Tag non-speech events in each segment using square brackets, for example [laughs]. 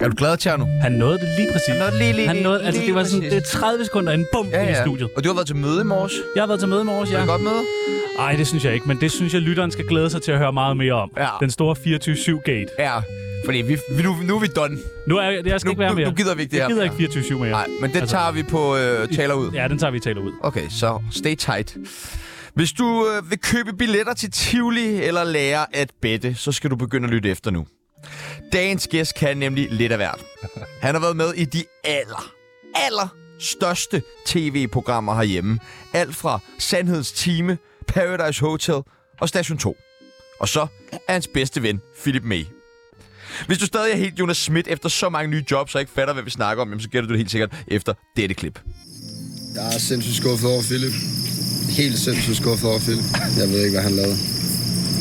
Er du glad, Tjerno? Han nåede det lige præcis. Han nåede det lige, lige, han nåede, lige, altså, lige det var sådan, præcis. det er 30 sekunder en bum ja, ja. i studiet. Og du har været til møde i morges. Ja. Jeg har været til møde i morges, Var ja. det godt møde? Nej, det synes jeg ikke, men det synes jeg, lytteren skal glæde sig til at høre meget mere om. Ja. Den store 24-7-gate. Ja. Fordi vi, vi, nu, nu er vi done. Nu er jeg, jeg skal Nu- ikke være nu- mere. nu gider vi ikke det jeg her gider mere. ikke 24-7 mere. Nej, men det altså. Altså- tager vi på øh, taler ud. Ja, den tager vi taler ud. Okay, så stay tight. Hvis du øh, vil købe billetter til Tivoli eller lære at bette, så skal du begynde at lytte efter nu. Dagens gæst kan nemlig lidt af hvert. Han har været med i de aller, aller største tv-programmer herhjemme. Alt fra Sandhedens Time, Paradise Hotel og Station 2. Og så er hans bedste ven, Philip May. Hvis du stadig er helt Jonas Schmidt efter så mange nye jobs og ikke fatter, hvad vi snakker om, jamen, så gætter du det helt sikkert efter dette klip. Jeg er sindssygt skuffet over Philip. Helt sindssygt skuffet over Philip. Jeg ved ikke, hvad han lavede.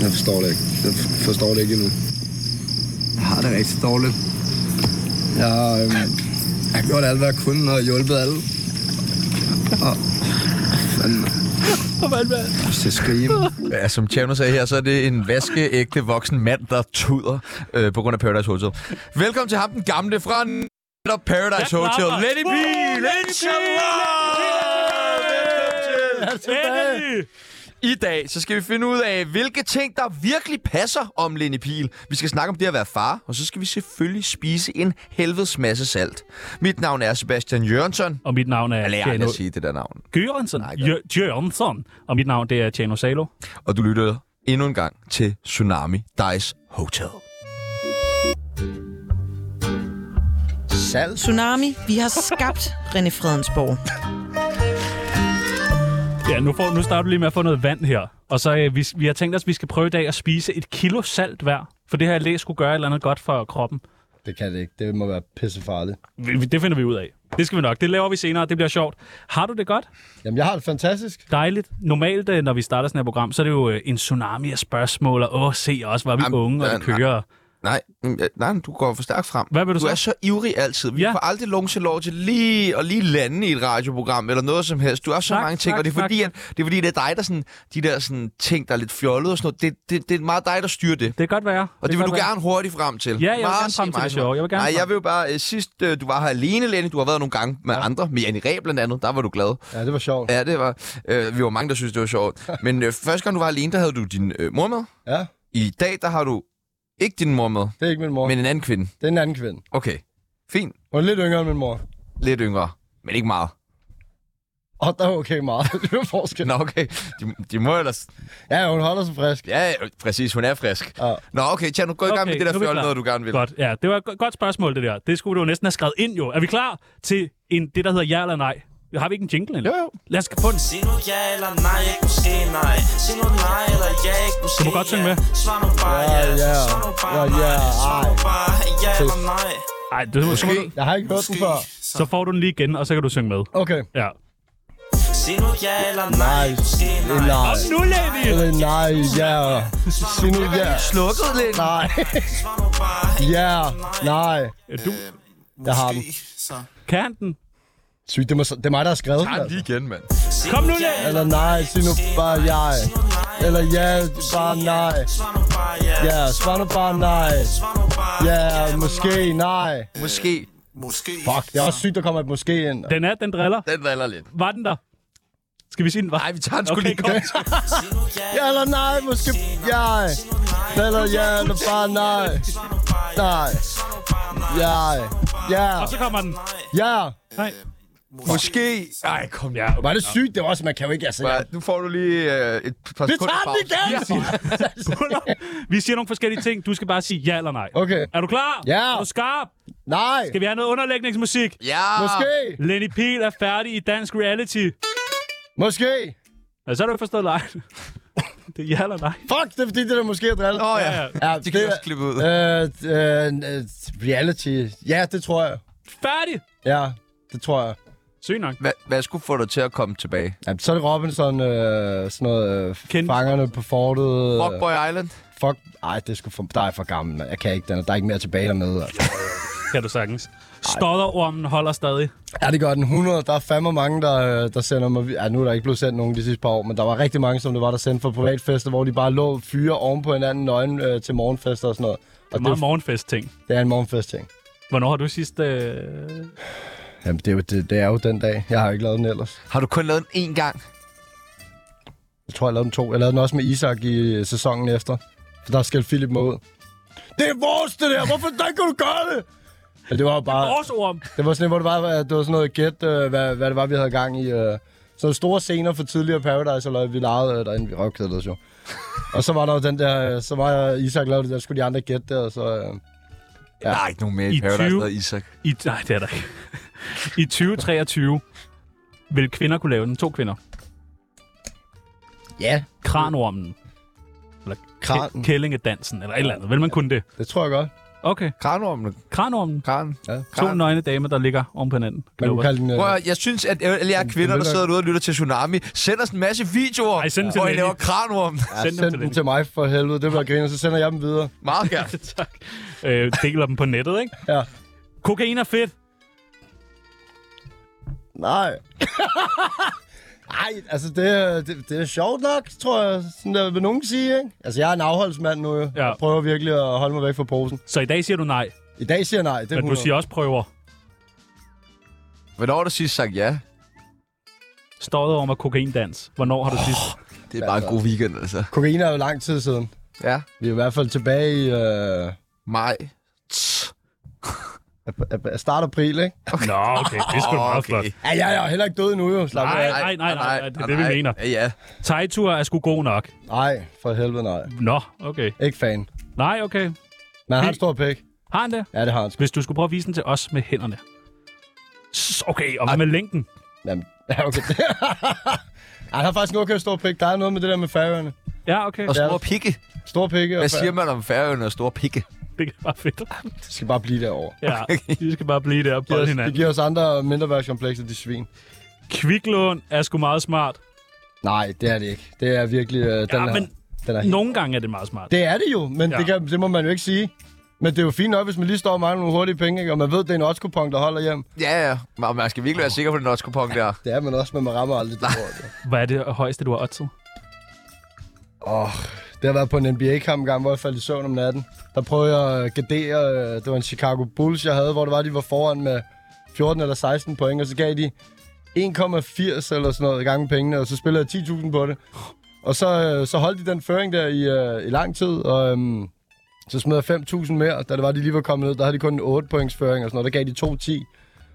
Jeg forstår det ikke. Jeg f- forstår det ikke endnu. Jeg har det rigtig dårligt. Jeg, øh, jeg har gjort alt, hvad jeg kunne, og hjulpet alle. Og, fanden, jeg kommer til at skrige. Ja, som Tjerno sagde her, så er det en vaskeægte voksen mand, der tuder øh, på grund af Paradise Hotel. Velkommen til ham, den gamle fra netop Paradise Jeg Hotel. klapper. Lenny B! Woo! Lenny B! Endelig! I dag så skal vi finde ud af, hvilke ting, der virkelig passer om Lenny Pihl. Vi skal snakke om det at være far, og så skal vi selvfølgelig spise en helvedes masse salt. Mit navn er Sebastian Jørgensen. Og mit navn er Eller jeg Tjano kan sige det der navn. Gørensen. Nej, Jø- Jørgensen. Og mit navn, det er Tjano Salo. Og du lytter endnu en gang til Tsunami Dice Hotel. Salt. Tsunami, vi har skabt René Fredensborg. Ja, nu, får, nu starter du lige med at få noget vand her. Og så øh, vi, vi har tænkt os, at vi skal prøve i dag at spise et kilo salt hver. For det her læs skulle gøre et eller andet godt for kroppen. Det kan det ikke. Det må være pissefarligt. Vi- vi- Det finder vi ud af. Det skal vi nok. Det laver vi senere. Det bliver sjovt. Har du det godt? Jamen, jeg har det fantastisk. Dejligt. Normalt, øh, når vi starter sådan her program, så er det jo øh, en tsunami af spørgsmål. Og åh, se os, var vi Jamen, unge, og øh, det kører. Nej, mm, øh, nej, du går for stærkt frem. Hvad vil du Du så? er så ivrig altid. Vi ja. Ja. får aldrig lunge lov til lige at lige lande i et radioprogram eller noget som helst. Du er så Tak, mange ting, tak, og det er, tak, fordi, at, det er fordi, det er dig, der sådan, de der sådan, ting, der er lidt fjollede og sådan noget. Det, det, det er meget dig, der styrer det. Det kan godt være. Og det, vil kan du godt være. gerne hurtigt frem til. Ja, jeg vil Meget gerne se frem til mig det som- sjove. Jeg vil gerne Nej, jeg frem- vil jo bare... Øh, sidst øh, du var her alene, Lenny, du har været nogle gange med ja. andre. Med Janne Ræ blandt andet, der var du glad. Ja, det var sjovt. Ja, det var... Øh, vi var mange, der synes det var sjovt. Men øh, første gang, du var alene, der havde du din øh, mor med. Ja, I dag, der har du ikke din mor med, det er ikke min mor. men en anden kvinde. Det er en anden kvinde. Okay, fint. Hun er lidt yngre end min mor. Lidt yngre, men ikke meget. Og der er okay meget. [laughs] det er forskel. Nå, okay. De, de må ellers... Ja, hun holder sig frisk. Ja, præcis. Hun er frisk. Ja. Nå, okay, Tjerno, gå i gang Okay, med det der nu er vi fjolle klar. noget, du gerne vil. Godt, ja. Det var et go- godt spørgsmål, det der. Det skulle du jo næsten have skrevet ind, jo. Er vi klar til en, det, der hedder ja eller nej? Har vi ikke en jingle, eller? Jo, jo. Lad os få den. Sig nu ja eller nej, ikke måske nej Sig nu nej eller ja, ikke måske Du må godt synge med. ja. Svar nu bare ja, Ja, ja. svar nu bare Ja, ja, ej. nej Svar nu bare ja eller nej Ej, det måske. Jeg har ikke hørt den før. Så får du den lige igen, og så kan du synge med. Okay. Ja. Sig nu ja eller nej, Nej, måske det er nej nej. Nu, Lenny! Eller nej, ja. Sig nu ja. Slukket lidt. Nej. Svar nu bare Ja. Nej. Ja, du, Øh. Jeg har den. Så kan han den? Sygt, det, må, det er mig, der har skrevet den. Tag den Altså. lige igen, mand. sig Kom nu, ja Lenny! Eller nej, sig nu bare jeg. nej, Eller ja, bare nej. Svar nu bare ja Ja, svar nu bare nej. Svar nu bare Ja, eller måske nej. nej. Måske. Måske Fuck, det er også sygt, der kommer et måske ind. Den er, den driller. Den valder lidt. Var den der? Skal vi sige, den var? Nej, vi tager den sgu Okay, lige. kom. Ja, eller nej, måske jeg. Eller ja, eller bare nej. Nej. Ja. Ja. Og så kommer den. Ja. Nej. Måske. Ej, kom Ja, Var det sygt? Det var også, man kan jo ikke, altså. Bare, nu får du lige øh, et par Vi sekunder tager den pause. igen! buller. Vi siger nogle forskellige ting. Du skal bare sige ja eller nej. Okay. Er du klar? Ja. Er du skarp? Nej. Skal vi have noget underlægningsmusik? Ja! Måske. Lenny Pihl er færdig i dansk reality. Måske. Ja, så har du ikke forstået lejen. [laughs] det er ja eller nej. Fuck, det er fordi, det der måske er drille. Nå ja. Ja, ja. Det kan vi også klippe ud. Øh, øh, øh, reality. Ja, det tror jeg. Færdig! Ja, det tror jeg. Syg nok. Hvad, hvad skulle få dig til at komme tilbage? Ja, så er det Robinson, øh, sådan noget øh, Kendt. fangerne på fortet. øh, Rock Boy Island? Fuck, ej, det er sgu for, der er for gammel, mand. Jeg kan ikke, den er, der er ikke mere tilbage dernede. Altså. Kan du sagtens. Stodderormen holder stadig. Ja, det gør den 100. Der er fandme mange, der, øh, der sender mig... vi- Ja, nu er der ikke blevet sendt nogen de sidste par år, men der var rigtig mange, som det var, der sendte for privatfester, hvor de bare lå fyre oven på hinanden nøgen øh, til morgenfester og sådan noget. Og Det er meget morgenfest-ting. det er en morgenfest-ting. Hvornår har du sidst... Øh... Jamen, det er, jo, det, det er jo den dag. Jeg har ikke lavet den ellers. Har du kun lavet den én gang? Jeg tror, jeg lavede den to. Jeg lavede den også med Isak i øh, sæsonen efter. For der skal Philip mig ud. Det er vores, det der! Hvorfor der kunne du gøre det? Ja, det var jo bare... Vores orm! Det var sådan, hvor det var, at det var sådan noget gæt, øh, hvad, hvad det var, vi havde gang i. Øh, så store scener fra tidligere Paradise, eller vi legede øh, derinde, vi røvkædede os jo. og så var der jo den der, øh, så var jeg, Isak lavede det der, skulle de andre gætte der, og så... Øh, Ja. Der er ikke nogen mere I i Paradise, 20. der hedder Isak. I, nej, det er der ikke. I 2023 vil kvinder kunne lave den. To kvinder. ja, Kranormen. Eller Kranen. Kran. kællingedansen, eller et eller andet. Vil man kunne det? det tror jeg godt. Okay. Kranormen. Kranormen. Kran. Ja. To nøgne damer, der ligger oven på hinanden. Man kunne kalde den... Øh, Prøv, at- jeg synes, at alle jer kvinder, der lytter- sidder derude og lytter til Tsunami, sender os en masse videoer, Ej, send dem til hvor I Lenny. laver kranorm. ja, send dem send til dem Lenny. til mig for helvede, det bliver griner, så sender jeg dem videre. Meget gerne. [laughs] tak. Øh, deler dem på nettet, ikke? Ja. Kokain er fedt. [laughs] Nej. Nej, altså det, det, det er sjovt nok, tror jeg, sådan der vil nogen sige, ikke? Altså jeg er en afholdsmand nu, jo. Ja. Jeg prøver virkelig at holde mig væk fra posen. Så i dag siger du nej, I dag siger jeg nej, det er men du 100. siger også prøver. [laughs] Hvornår har du sidst sagt ja? Stået om at kokaindans. Hvornår har du oh. sidst? Det er bare en god weekend, altså. Kokain er jo lang tid siden. Ja. Vi er i hvert fald tilbage i øh, Maj. ap- ap- start april, ikke? Nå, okay. Det er sgu da meget flot. Ja, ja, jeg er heller ikke død nu, jo. Slap Nej, af. nej, nej, nej, nej. Det er det, vi mener. Ja, ja. Tejtur er sgu god nok. Nej, for helvede nej. Nå, okay. Ikke fan. Nej, okay. Men han har en stor pæk. Har han det? Ja, det har han sgu. Hvis du skulle prøve at vise den til os med hænderne. S- Okay, og hvad med længden? Jamen, ja, okay. [laughs] Ej, han har faktisk en okay stor pæk. Der er noget med det der med færøerne. Ja, okay. Og store pikke. Stor pikke og Hvad færøer. siger man om færøerne og store pikke? Det kan være fedt. Det skal bare blive derovre. Ja, de skal bare blive der og Det bolle giver, os, det hinanden. giver os andre mindre værtskomplekser, de svin. Kviklån er sgu meget smart. Nej, det er det ikke. Det er virkelig... Øh, den Ja, er, men den er helt... nogle gange er det meget smart. Det er det jo, men Ja. ja. det, kan, det må man jo ikke sige. Men det er jo fint nok, hvis man lige står og mangler nogle hurtige penge, ikke? og man ved, det er en odds-kupon, der holder hjem. Ja, ja. Man- Man skal virkelig være sikker på den odds der. Det er man også, men man rammer aldrig det ord. jo. Hvad er det højeste, du har oddset? Åh, oh, det har været på en NBA-kamp engang, hvor jeg faldt i søvn om natten. Der prøvede jeg at gardere, øh, det var en Chicago Bulls, jeg havde, hvor det var, de var foran med 14 eller 16 point, og så gav de 1,80 eller sådan noget gange pengene, og så spillede jeg 10.000 på det. Og så, øh, så holdt de den føring der i, øh, i lang tid, og øhm, så smed jeg 5.000 mere, da det var, de lige var kommet ned, der havde de kun en 8 points føring og sådan noget, der gav de 2.10.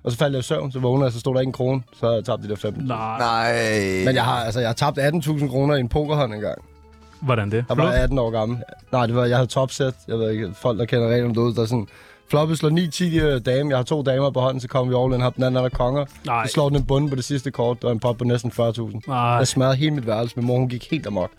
Og så faldt jeg i søvn, så vågnede jeg, så stod der ikke en krone, så havde jeg tabt de der 15. Nej. Nej. Men jeg har, altså, jeg har tabt 18.000 kroner i en pokerhånd engang. Hvordan det? Der var Flot. jeg 18 år gammel. Nej, det var, jeg havde topset. Jeg ved ikke, folk, der kender reglerne derude, der er sådan... Floppet slår 9-10 øh, dame. Jeg har to damer på hånden, så kommer vi all in, har den anden er der konger. Nej. Så slår den en bunde på det sidste kort, og en pop på næsten 40.000. Nej. Jeg smadrede hele mit værelse, men mor hun gik helt amok.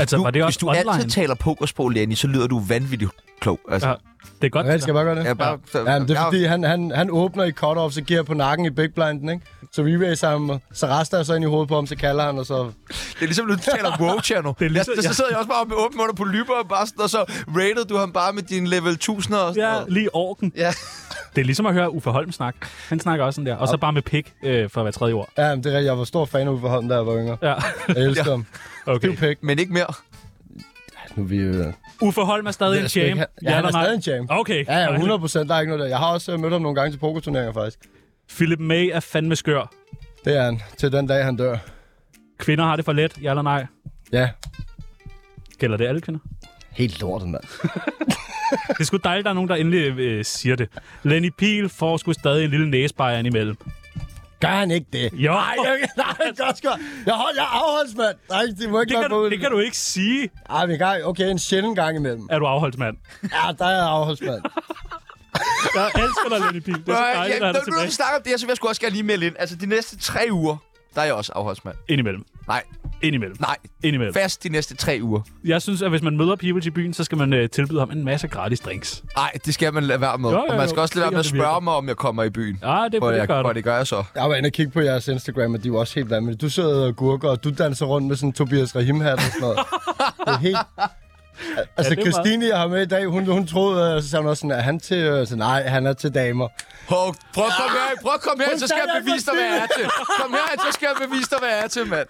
Altså, var det hvis også du online? altid taler pokersprog, Lenny, så lyder du vanvittigt klog. Altså, Ja, det er godt. Rigtig, skal jeg bare gøre det? jeg bare, så, Ja, men det er jeg- fordi, han, han, han åbner i cut-off, så giver jeg på nakken i big blinden, ikke? Så re-racer ham, og så rester jeg så ind i hovedet på ham, så kalder han, og så... Det er ligesom, når du taler [laughs] wow channel. Det er ligesom- jeg, så sidder jeg også bare med åben munder på lyber og bare sådan, og så rated du ham bare med din level 1000 og sådan Ja, noget. lige orken. Ja. Det er ligesom at høre Uffe Holm snakke. Han snakker også sådan der. Og så bare med pik øh, for hver tredje ord. Ja, men det er rigtigt. Jeg var stor fan af Uffe Holm, da jeg var yngre. Ja, [laughs] Jeg elsker Ja. ham. okay. Syv pæk. Men ikke mere. Nu er vi... Øh... Uffe Holm er stadig en Jeg skal jam. ikke have- Ja, han er eller nej? stadig en jam. Okay. Ja, ja, dejligt. 100 procent. Der er ikke noget der. Jeg har også øh, mødt ham nogle gange til pokerturneringer, faktisk. Philip May er fandme skør. Det er han. Til den dag, han dør. Kvinder har det for let, ja eller nej? Ja. Gælder det alle kvinder? Helt lortet, mand. Det er sgu dejligt, der er nogen, der endelig øh, siger det. Lenny Pihl får sgu stadig en lille næsebejer imellem. Gør han ikke det? [laughs] Jo, nej, Nej, nej, godt sgu. Jeg, hold, jeg er afholdsmand. Nej, det må ikke det, være kan på du, det kan du ikke sige, Ej, men gang, okay, en sjældent gang imellem. er du afholdsmand. Ja, der er jeg afholdsmand. Jeg elsker dig, Lenny Pihl. Det er så Nå, dejligt, at ja, han er når du tilbage. snakker om det her, så vil jeg sgu også gerne lige melde ind. Altså, de næste tre uger, der er jeg også afholdsmand. Indimellem. Nej, Indimellem. nej. Indimellem. Fast de næste tre uger. Jeg synes, at hvis man møder people i byen, så skal man øh, tilbyde ham en masse gratis drinks. Nej, det skal man lade være med. Jo, jo, og man skal jo. også lade være Det med at gør det spørge virkelig. mig, om jeg kommer i byen. Ja, det, For det, jeg, det gør for du. det gør jeg så. Jeg var inde og kigge på jeres Instagram, og de er jo også [laughs] helt vanvittige. Du sidder og gurker, og du danser rundt med sådan en Tobias Rahim hat og sådan noget. Det er helt... Altså, det ja, er Christine, jeg har med i dag, hun, hun troede, øh, så sagde hun også sådan, er han til... øh, Så nej, han er til damer. Hov, prøv at komme her, prøv at komme her, så skal jeg Hvordan er bevise altså dig, hvad jeg er til. Kom her, så skal jeg bevise dig, hvad jeg er til, mand.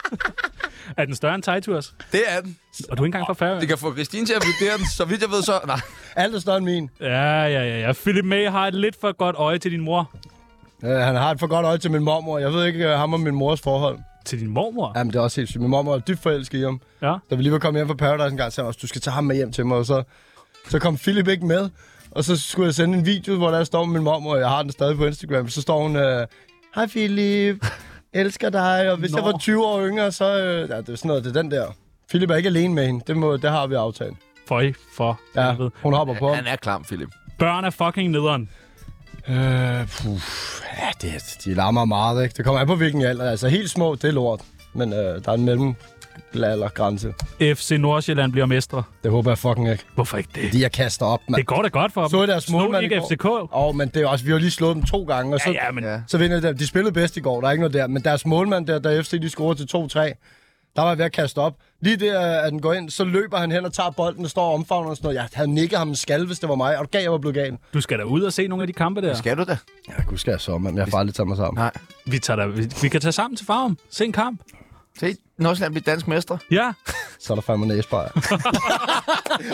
Er den større end Tejturs? Det er den. Og du er ikke engang fra Færøen? Det kan få Christine til at vurdere den, så vidt jeg ved så... Nej. Alt er større end min. Ja, ja, ja, ja. Philip May har et lidt for godt øje til din mor. Øh, han har et for godt øje til min mormor. Jeg ved ikke, øh, ham og min mors forhold. Til din mormor? Jamen, det er også helt sygt. Min mormor er dybt forelsket i ham. Ja. Da vi lige var kommet hjem fra Paradise en gang, så sagde hun også, du skal tage ham med hjem til mig. Og så, så kom Philip ikke med. Og så skulle jeg sende en video, hvor der står med min mormor, og jeg har den stadig på Instagram. Så står hun, øh, hej Philip, elsker dig. Og hvis Nå. jeg Nå. var 20 år yngre, så... Øh, ja, det er sådan noget, det er den der. Philip er ikke alene med hende. Det, må, det har vi aftalt. Føj for Ja, helvede. hun hopper på ham. Han er klam, Philip. Børn er fucking nederen. Øh, puh, ja, det, de larmer meget, ikke? Det kommer an på, hvilken alder. Altså, helt små, det er lort. Men øh, der er en mellemgrænse. FC Nordsjælland bliver mestre. Det håber jeg fucking ikke. Hvorfor ikke det? De jeg kaster op, mand. Det går da godt for dem. Så deres Slog målmand ikke i går. FCK? Åh, oh, men det er også, vi har lige slået dem to gange, og så, Ja, ja, men Ja. så vinder de. De spillede bedst i går, der er ikke noget der. Men deres målmand der, der FC, de scorede til 2-3. Der var jeg ved at kaste op. Lige der, at den går ind, så løber han hen og tager bolden og står og omfavner og sådan noget. Jeg havde nikket ham en skal, hvis det var mig, og det gav jeg var blevet gal. du skal da ud og se nogle af de kampe der. Skal du da? Jeg kunne skære så, men jeg har aldrig taget mig sammen. Nej. Vi, tager da, vi, vi kan tage sammen til Farum. Se en kamp. Se, Nordsjælland bliver dansk mestre. Ja. Så er der fandme næsbejer.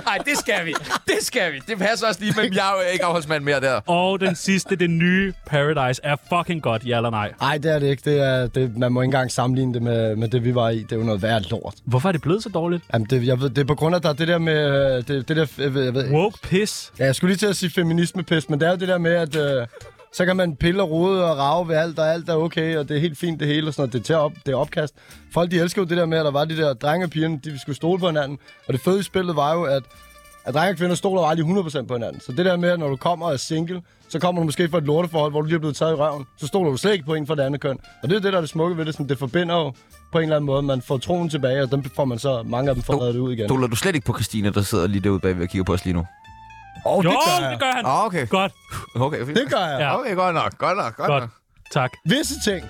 Nej, det skal vi. Det skal vi. [laughs] Det passer også lige, men jeg er jo ikke afholdsmand mere der. Og den sidste, det nye Paradise, er fucking godt, ja eller nej. Nej, det er det ikke. Det er, det, man må ikke engang sammenligne det med, med det, vi var i. Det er jo noget værd lort. Hvorfor er det blevet så dårligt? Jamen, det, jeg ved, det er på grund af, at der er det der med... øh, Det, det der, jeg ved, jeg ved, ikke. Woke piss. Ja, jeg skulle lige til at sige feminismepis, men det er jo det der med, at øh, så kan man pille og rode og rave ved alt, og alt er okay, og det er helt fint det hele, og sådan noget. Det er, til at op, det er opkast. Folk, de elsker jo det der med, at der var de der drenge og pigerne, de skulle stole på hinanden. Og det fede i spillet var jo, at, at drenge og kvinder stoler jo aldrig 100% på hinanden. Så det der med, at når du kommer og er single, så kommer du måske fra et lorteforhold, hvor du lige er blevet taget i røven. Så stoler du slet ikke på en fra det andet køn. Og det er det, der er det smukke ved det. Sådan, det forbinder jo på en eller anden måde. Man får troen tilbage, og dem får man så mange af dem får reddet ud igen. Stoler du slet ikke på Christina, der sidder lige derude bagved og kigger på os lige nu? oh, Jo, det gør han. Ah, okay. Godt, Okay, fint. Det gør jeg. Ja. Ja. Okay, godt nok. Godt nok. Godt, godt. nok. Tak. Visse ting.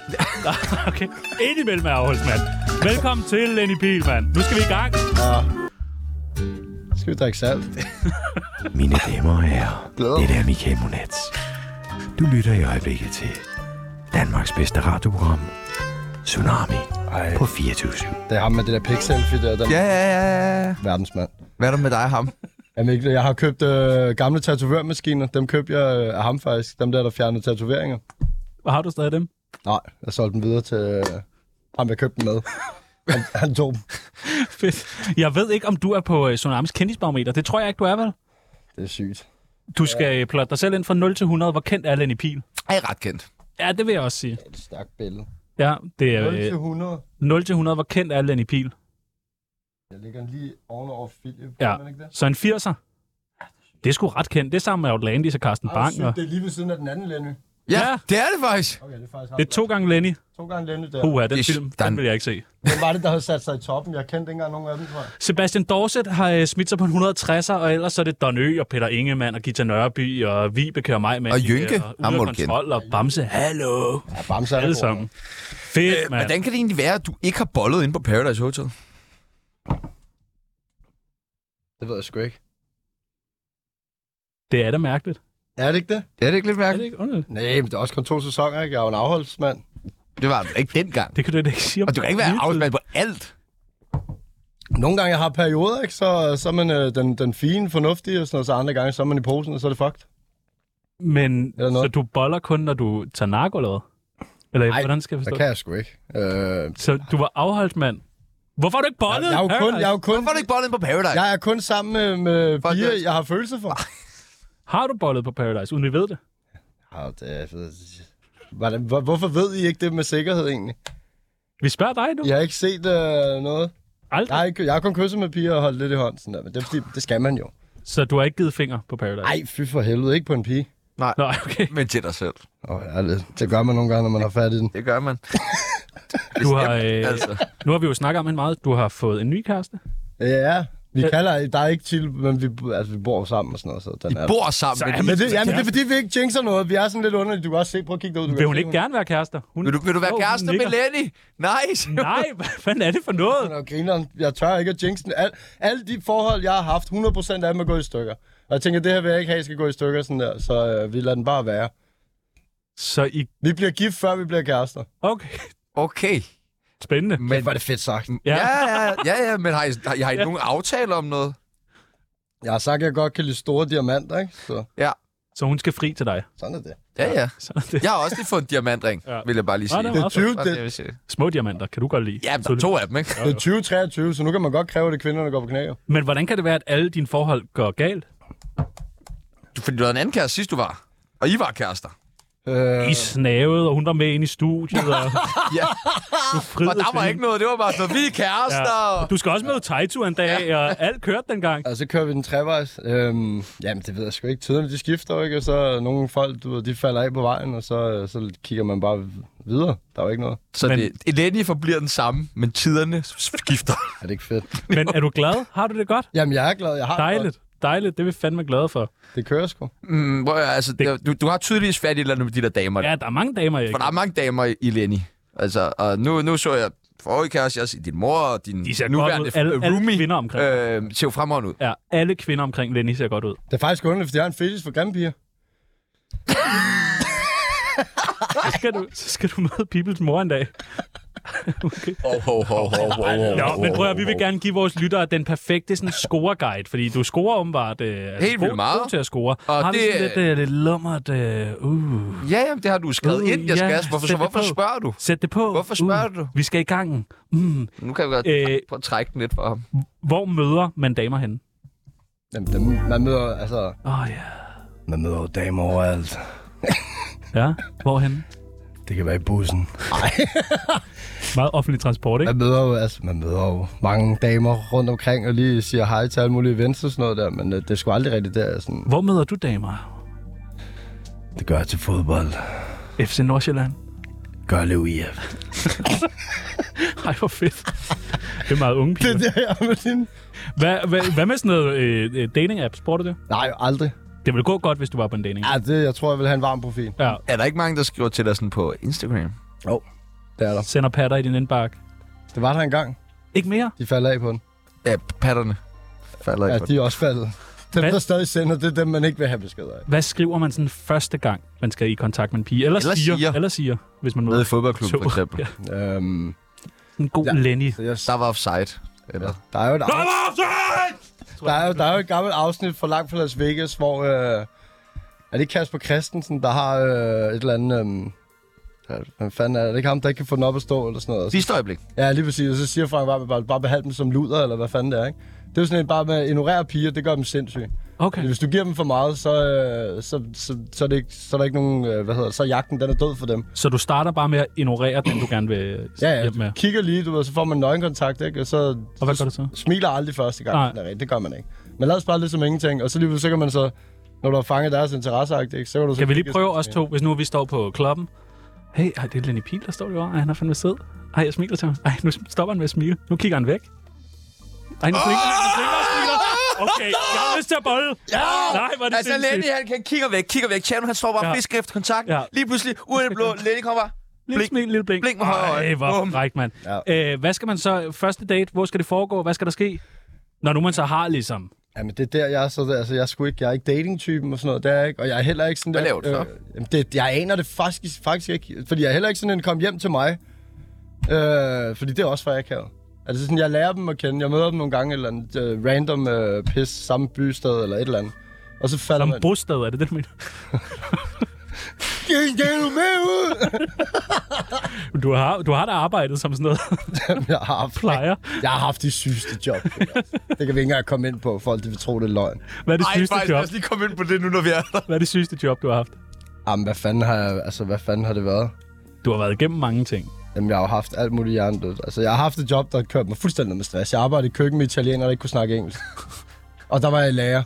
Okay. Indimellem er afholdsmand. Velkommen til, Lenny Bielmann. Nu skal vi i gang. Skal vi drikke salt? Mine damer og herrer, Glæder det er Michael Monats. Du lytter i øjeblikket til Danmarks bedste radioprogram, Tsunami Ej. på 24 Det er ham med det der pixelfie der, den Ja, ja, ja, ja. verdensmand. Hvad er der med dig og ham? Jamen, ikke- jeg har købt øh, gamle tatovørmaskiner. Dem købte jeg øh, af ham faktisk. Dem der, der fjernede tatoveringer. Har du stadig dem? Nej, jeg solgte dem videre til øh, ham, jeg købte dem [laughs] med. Han, han tog dem. Fedt. Jeg ved ikke, om du er på øh, Tsunamis kendisbarometer. Det tror jeg ikke, du er, vel? Det er sygt. Du skal øh, plotte dig selv ind fra 0 til 100. Hvor kendt er Lenny Pihl? Jeg er ret kendt. Ja, det vil jeg også sige. Et stærkt billede. Ja, det 0-100. er øh, 0 til 100. Hvor kendt er Lenny Pihl? Jeg ligger lige ovenover Philip. Ja. Man ikke det? Så en 80'er? Det er sgu ret kendt. Det er sammen med Outlandis og Carsten Ej, hvor Bang. sygt, Og... det er lige ved siden af den anden Lenny. Ja, Ja. det er det faktisk. Okay, det er faktisk ham. Det er to gange Lenny. to gange Lenny der. Puha, den Det er- film, der er den en- vil jeg ikke se. Hvem var det, der havde sat sig i toppen? Jeg kendte ikke engang nogen af dem, tror jeg. Sebastian Dorset har øh, smidt sig på en 160'er, og ellers så er det Don Ø og Peter Ingemann og Gita Nørby og Vibeke og mig med. Og Jynke. Og Ham Ude må af du kende. kontrol og Bamse. Hallo. Ja, Bamse er Alle der sammen. Øh, Fedt, mand. Hvordan kan det egentlig være, at du ikke har bollet inde på Paradise Hotel? god. Det ved jeg sgu ikke. Det er da mærkeligt. Er det ikke det? Er det ikke lidt Er det mærkeligt? ikke underligt? Nej, men det er også kun to sæsoner, ikke? Jeg er jo en afholdsmand. Det var det ikke dengang. Det kan du da ikke sige om Og du kan ikke være Nytid. afholdsmand på alt. Nogle gange jeg har perioder, ikke? Så, så er man øh, den, den fine, fornuftige, og sådan noget, så andre gange så er man i posen, og så er det fucked. Men Eller noget. så du boller kun, når du tager narko eller hvad? Eller Ej, hvordan skal jeg forstå Det det? kan jeg sgu ikke. Øh, jeg, Så du var afholdsmand. Hvorfor har du ikke bollet? jeg, er jo kun, jeg, er jo kun, Hvorfor er du ikke bollet inde på Paradise? jeg er kun sammen med, med Fuck piger, yes. jeg har følelser for. Har du bollet på Paradise, uden vi ved det? Ja, det er, fedt. Hvordan, hvor, hvorfor ved I ikke det med sikkerhed egentlig? Vi spørger dig nu. Ja. Jeg har ikke set øh, noget. Jeg Aldrig. har, ikke, jeg har kun kysset med piger og holdt lidt i hånden. Sådan der, men det, er fordi, det skal man jo. Så du har ikke givet fingre på Paradise? Ej, fy for helvede, ikke på en pige. Nå, okay. Men til dig selv. Åh, ærligt. Det gør man nogle gange, når man har fat i den. Det gør man. Du har, Jamen, øh, altså. Nu har vi jo snakket om hende meget. Du har fået en ny kæreste. Ja, Vi kalder, der er ikke til, men vi, altså, vi bor jo sammen og sådan noget. Så den I er bor sammen. Så med er de- man- Men det, jamen, det er fordi, vi ikke jinxer noget. Vi er sådan lidt underlige. Du kan også se, prøv at kigge derud. Du kan Vil hun se, ikke gerne være kærester? Hun... Vil du, vil du være Åh, oh, hun kæreste med nikker. Lenny? Nice. Nej, hvad fanden er det for noget? Og grineren, jeg tør ikke at jinx den. Al, alle de forhold, jeg har haft, 100% af dem er gået i stykker. Og jeg tænker, det her vil jeg ikke have, skal gå i stykker sådan der. Så øh, vi lader den bare være. Så I... Vi bliver gift, før vi bliver kærester. Okay, Okay. spændende. Men, var det fedt sagt. ja. Ja. Ja, ja, ja, ja, men har I, har I, har I nogen aftaler om noget? Jeg har sagt, at jeg godt kan lide store diamanter, ikke? Så Så hun skal fri til dig. sådan er det. Ja, ja. Så er det Jeg har også lige fået en diamantring, ja. Ja. vil jeg bare lige Nå, sige. det Det er Meget 20, Bare det, jeg det, vil sige. små diamanter, kan du godt lide. Ja, men der er Tydeligt. to af dem, ikke? det er 2023, så nu kan man godt kræve, at kvinderne går på knæ. jo. Men hvordan kan det være, at alle dine forhold går galt? Du, fordi du havde en anden kæreste sidst, du var. Og I var kærester. Øh, I snavede, og hun var med ind i studiet, [laughs] og Ja. du fridede Og der var ikke til hende. noget, det var bare sådan noget, vi er kærester. Ja. Du skal også møde Taito en dag, og alt kørte dengang. Og så kører vi den trevejs. Øhm, jamen, det ved jeg sgu ikke. Tiderne, de skifter jo ikke, og så er nogle folk, du ved, de falder af på vejen, og så, øh, så kigger man bare videre. Der er jo ikke noget. Så Men- det, Lenny forbliver den samme, men tiderne skifter. Er det ikke fedt? Men er du glad? Har du det godt? Jamen, jeg er glad. Jeg har det Dejligt. Dejligt, det er vi fandme glade for. godt. Det kører sgu. Mm, hvor, altså, det... du, du har tydeligvis fat i et eller andet med de der damer. Ja. Ja, der er mange damer, jeg For ikke. der er mange damer i i Lenny. Altså, og nu, nu så jeg forrige kæreste, jeg din mor og din De ser godt nuværende ud. Alle, alle roomie, kvinder omkring. Øh. øh, ser jo fremragende ud. Ja, alle kvinder omkring Lenny ser godt ud. Det er faktisk underligt, fordi jeg har en fetish for grimme piger. Så skal du, så skal du møde Peoples mor en dag. okay. Hov, hov, hov, hov, hov, hov, Nå, hov, men prøv at høre, vi hov, vil gerne give vores lyttere den perfekte sådan, scoreguide, fordi du scorer åbenbart øh, altså, Helt vildt god- meget. god til at score. Og Og Har det... vi det- sådan lidt, øh, lidt lummert... Øh, uh. hov. Ja, jamen, det har du skrevet Uh, ind, jeg skal. ja, altså. Hvorfor, så sæt det hvorfor på. spørger du? Sæt det på. Uh. Hvorfor spørger du? Vi skal i gangen. Mm. Nu kan jeg godt Øh. prøve at trække den lidt for ham. Hvor møder man damer henne? Jamen, dem, man møder, altså... Åh, oh, ja. Man møder jo damer overalt. Ja, hvorhen? Det kan være i bussen. Meget offentlig transport, ikke? Man møder jo, altså, man møder jo mange damer rundt omkring, og lige siger hej til alle mulige events og sådan noget der, men øh, det er sgu aldrig rigtigt der, sådan... Hvor møder du damer? Det gør jeg til fodbold. FC Nordsjælland? Gør det UIF. Ej, hvor fedt. Det er meget unge Det piger. er det, jeg er med din... Hvad, hvad, hvad med sådan noget øh, øh, dating-apps? Bruger du det? Nej, aldrig. Det ville gå godt, hvis du var på en dating Ja, det, jeg tror, jeg vil have en varm profil. Ja, Er der ikke mange, der skriver til dig sådan på Instagram? oh, Det er der. sender patter i din indbakke. Det var der engang. Ikke mere? De falder af på den. Ja, patterne. Falder Ja, ikke på de er også faldet. Dem, Hvad? der stadig sender, det er dem, man ikke vil have besked af. Hvad skriver man sådan første gang, man skal i kontakt med en pige? Eller, Eller siger, siger. Eller siger, hvis man den. Nede møder i fodboldklubben, for Så- eksempel. Ja. Øhm, en god Ja. ja. Lenny. så jeg, Der var offside. Eller? der er jo et afsnit, der er jo, der er jo et gammelt afsnit fra langt fra Las Vegas, hvor... Øh, er det ikke Kasper Christensen, der har øh, et eller andet... Øh, hvad fanden er det? Er det ikke ham, der ikke kan få den op at stå, eller sådan noget? Sidste øjeblik. Ja, lige præcis. Og så siger Frank Varberg bare, bare behandle dem som luder, eller hvad fanden det er, ikke? Det er jo sådan en, bare med at ignorere piger, det gør dem sindssyge. Okay. Fordi hvis du giver dem for meget, så, øh, så, så, så, er, det ikke, så er der ikke nogen, øh, hvad hedder det, så er jagten, den er død for dem. Så du starter bare med at ignorere den, du gerne vil Ja, ja, hjem med. du kigger lige, du ved, så får man nøgenkontakt, ikke? Og så Og hvad gør du så? smiler aldrig første gang, Nej. Nej. Nej, det gør man ikke. Men lad os bare lidt som ingenting, og så lige pludselig, så kan man så, når du har fanget deres interesse, ikke? Så kan du så Kan vi lige kigge- prøve os to, hvis nu vi står på klubben? Hey, ej, det er Lenny Pihl, der står derovre. Ej, han er fandme sød. Ej, jeg smiler til ham. Ej, nu stopper han med at smile. Nu kigger han væk. Ej, nu smiler han. Nu smiler han. smiler. Okay, jeg har lyst til at bolle. Ja! Nej, var det Altså, sindssygt. Lenny, han kan kigger væk, kigger væk. Tjerno, han står bare og Ja. fisker efter kontakt. Ja. Lige pludselig, ud af det [laughs] blå, Lenny kommer bare. Lille Blink. blink. smil, lille blink. Blink med højre øje. Ej, hvor Bum. frækt, mand. Ja. Øh, hvad skal man så... Første date, hvor skal det foregå? Hvad skal der ske? Når nu man så har ligesom... Jamen, det er der, jeg er så der. Altså, jeg er sgu ikke, jeg er ikke dating-typen og sådan noget. Det er jeg ikke, og jeg er heller ikke sådan Hvad der... Øh, laver du så? jamen, det, jeg aner det faktisk, faktisk ikke, fordi jeg er heller ikke sådan en, kom hjem til mig. Øh, fordi det er også for akavet. Altså sådan, jeg lærer dem at kende. Jeg møder dem nogle gange et eller andet øh, random øh, pis, samme bysted eller et eller andet. Og så falder Som man... bosted, er det det, du mener? [laughs] Skal du med ud? [laughs] Du har, du har da arbejdet som sådan noget [laughs] jeg har haft, plejer. jeg har haft de sygeste job. altså. Det kan vi ikke engang komme ind på. Folk de vil tro, det er løgn. Hvad er det Ej, sygeste faktisk, lad job? os lige komme ind på det nu, når vi er der. Hvad er det sygeste job, du har haft? Jamen, hvad fanden har, jeg, altså, hvad fanden har det været? Du har været igennem mange ting. Jamen, jeg har jo haft alt muligt hjernedødt. Altså, jeg har haft et job, der kørte mig fuldstændig ned med stress. Jeg arbejdede i køkken med italienere, der ikke kunne snakke engelsk. og der var jeg lærer,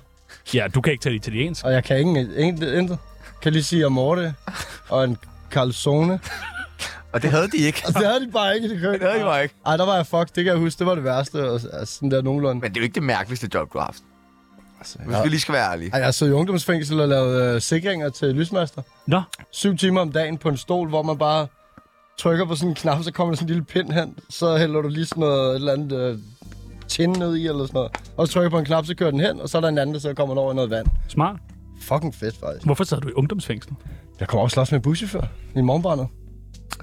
Ja, du kan ikke tale italiensk. og jeg kan ingen, ingen, intet. Kan lige sige amorte og en calzone. Og det havde de ikke. Og det havde de bare ikke i det [laughs] køkken. Det havde de bare ikke. Ej, der var jeg fuck. Det kan jeg huske. Det var det værste. Og, altså, sådan der nogenlunde. Men det er jo ikke det mærkeligste job, du har haft. Altså, Hvis jeg, vi lige skal være ærlige. Ej, jeg sad i ungdomsfængsel og lavede øh, sikringer til lysmaster. Nå, Syv timer om dagen på en stol, hvor man bare trykker på sådan en knap, så kommer der sådan en lille pind hen. Så hælder du lige sådan noget, et eller andet øh, tin ned i, eller sådan noget. Og så trykker på en knap, så kører den hen, og så er der en anden, der så kommer den over i noget vand. smart. Fucking fedt, faktisk. Hvorfor sad du i ungdomsfængsel? Jeg kommer også slås med en buschauffør i morgenbarnet.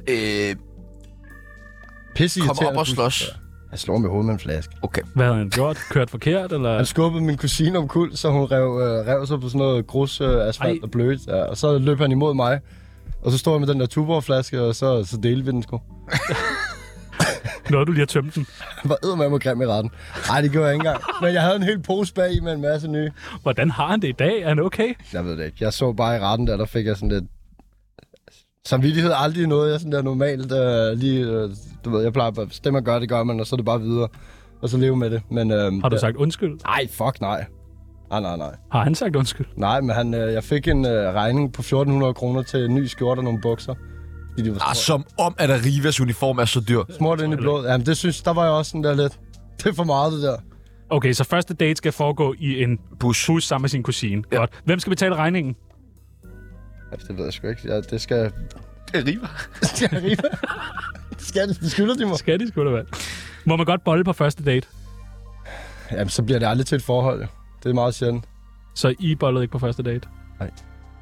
Øh, Pisse kom op og slås. Jeg slår ham i hovedet med en flaske. Okay. Hvad havde han gjort? Kørt forkert, eller? Altså- Han skubbede min kusine om kul, så hun rev, øh, rev sig på sådan noget grus, øh, asfalt Ej. og blødt. Ja, og så løb han imod mig. Og så stod jeg med den der tuborgflaske, og så, så delte vi den sgu. Nåede du lige at tømme den? Han var eddermame og grim i retten. Nej, det gjorde jeg ikke engang. Men jeg havde en hel pose bag i med en masse nye. Hvordan har han det i dag? Er han okay? Jeg ved det ikke. Jeg så bare i retten der, der fik jeg sådan lidt... Samvittighed er aldrig noget, jeg sådan der normalt øh, lige... Øh, du ved, jeg plejer bare, hvis det man gør, det gør man, og så er det bare videre. Og så leve med det. Men, øh, Har du sagt undskyld? Nej, fuck nej. Nej, nej, nej. Har han sagt undskyld? Nej, men han, øh, jeg fik en øh, regning på 1.400 kroner til en ny skjorte og nogle bukser. Fordi de var Ah, smurt- som om, at Arrivas uniform er så dyr. smurt ind i blod. Jamen, det synes, der var jeg også sådan der lidt... Det er for meget, det der. Okay, så første date skal foregå i en Bus. bus sammen med sin kusine. Ja. Ja. Godt. Hvem skal betale regningen? Altså, det ved jeg sgu ikke. Ja, det skal... Arriva. det skal jeg rive. det skal det. Det skylder de mig. Skal de sgu da være. Må man godt bolle på første date? Jamen, så bliver det aldrig til et forhold. jo. Det er meget sjældent. Så I bollede ikke på første date?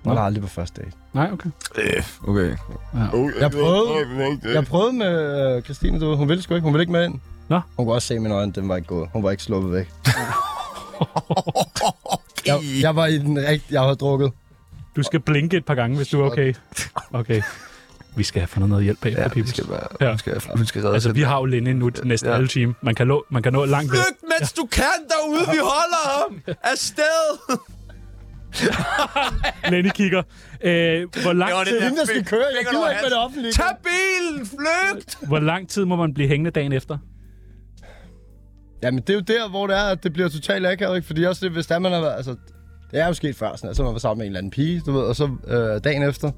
Man er aldrig på første date. Nej, okay. [laughs] Øh, okay. Oh, Jeg prøvede, jeg prøvede med øh, Christine, du ved. Hun ville sgu ikke. Hun ville ikke med ind. Nå. Hun kunne også se i mine øjne, den var ikke gået. Hun var ikke sluppet væk. Jeg, jeg var i den rigtige... Jeg havde drukket. Du skal blinke et par gange, hvis du er okay. Okay. Vi skal have fundet noget hjælp bagefter, Ja, vi Pibels. skal være... Ja. Vi skal, vi skal redde Altså, vi har jo Lenny nu den næste Ja. ja. halve time. Man kan, nå, man kan nå langt ved. Flygt, mens du kan derude. Vi holder ham. Afsted. [laughs] Lenny kigger. Øh, hvor, lang Det var det tid, der. Inden jeg skal køre, jeg Fingeren gider over ikke med det offentlige. Tag bilen. Flygt. hvor lang tid må man blive hængende dagen efter? Jamen, det er jo der, hvor det er, at det bliver totalt akavet, ikke? Fordi også det, hvis der man har været... Altså, det er jo sket før, sådan, at så man var sammen med en eller anden pige, du ved, og så øh, dagen efter,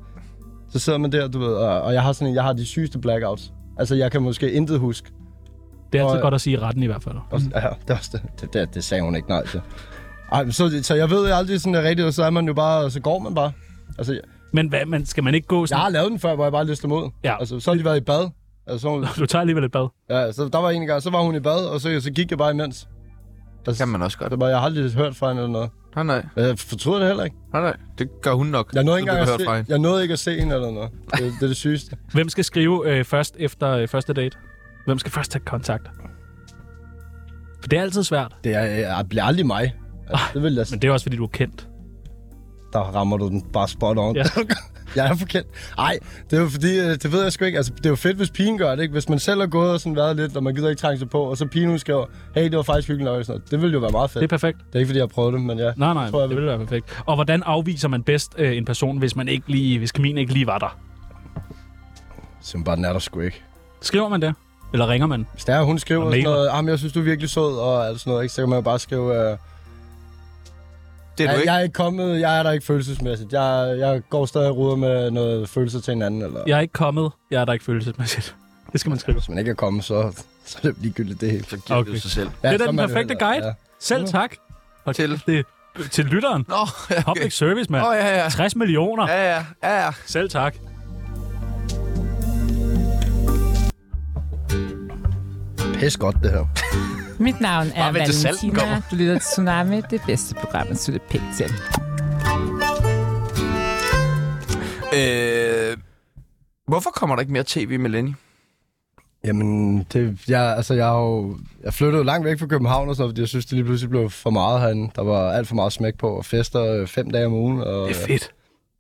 så sidder man der, du ved, og, og jeg har sådan en, jeg har de sygeste blackouts. Altså, jeg kan måske intet huske. Det er altid Og- godt at sige i retten i hvert fald. Og, ja, det, er også det, det, det, det, sagde hun ikke nej til. Ej, men så, så jeg ved aldrig sådan rigtigt, og så er man jo bare, så går man bare. Altså, jeg, Men hvad, man, skal man ikke gå jeg sådan... har lavet den før, hvor jeg bare listede mod. Ja. Altså, så har de været i bad. Altså, så, Du tager alligevel et bad. ja, så der var en gang, så var hun i bad, og så, så gik jeg bare imens. Altså, Kan man også godt. Det var, jeg har aldrig hørt fra hende eller noget. Nej, nej. Men Jeg fortryder det heller ikke. Nej, nej. Det gør hun nok. Jeg nåede, Det ikke engang bliver at hørt fra hende. se, jeg nåede ikke at se hende eller noget. Det, det er det [laughs] sygeste. Hvem skal skrive øh, først efter øh, første date? Hvem skal først tage kontakt? For det er altid svært. Det er, jeg bliver aldrig mig. Altså, det vil jeg Men sige. det er også, fordi du er kendt. Der rammer du den bare spot on. Ja. [laughs] Ja. jeg er forkendt. Nej, det er jo fordi, øh, det ved jeg sgu ikke. Altså, det er jo fedt, hvis pigen gør det, ikke? Hvis man selv har gået og sådan været lidt, og man gider ikke trænge sig på, og så pigen hun skriver, hey, det var faktisk hyggeligt nok. eller Sådan noget. Det ville jo være meget fedt. Det er Det perfekt. er ikke, fordi jeg har prøvet det, men ja. Nej, nej, Tror det jeg, vi- ville være perfekt. Og hvordan afviser man bedst øh, en person, hvis man ikke lige, hvis kemien ikke lige var der? Simpelthen bare, den er der sgu ikke. Skriver man det? Eller ringer man? Hvis der, hun skriver Og sådan mailer. noget, jamen, jeg synes, du er virkelig sød, og alt sådan noget, ikke? så kan man jo bare skrive, øh, Det er du jeg, ikke. jeg er ikke kommet, jeg er der ikke følelsesmæssigt. Jeg, jeg går stadig og ruder med noget følelser til hinanden, eller... Jeg er ikke kommet. Jeg er der ikke følelsesmæssigt. [laughs] Det skal man skrive. Hvis man ikke er kommet, så, så er det ligegyldigt det hele. Så giver okay. Okay. det sig selv. Det er da så den man jo perfekte heller- guide. Selv tak. Og Til- Det, til lytteren. Nå, [laughs] ja, okay. Public service, Åh, mand. ja, ja. 60 millioner. Ja, ja, ja, ja. Selv tak. Ja. Pis godt, det her. Mit navn er Bare vent til salten kommer. Valentina. Du lytter til Tsunami, det bedste program, at slutte pænt til. Øh, hvorfor kommer der ikke mere tv med Lenny? Jamen, det, jeg, altså, jeg, har jo, jeg flyttede jo langt væk fra København og sådan noget, fordi jeg synes, det lige pludselig blev for meget herinde. Der var alt for meget smæk på, og fester øh, fem dage om ugen. Og, Det er fedt.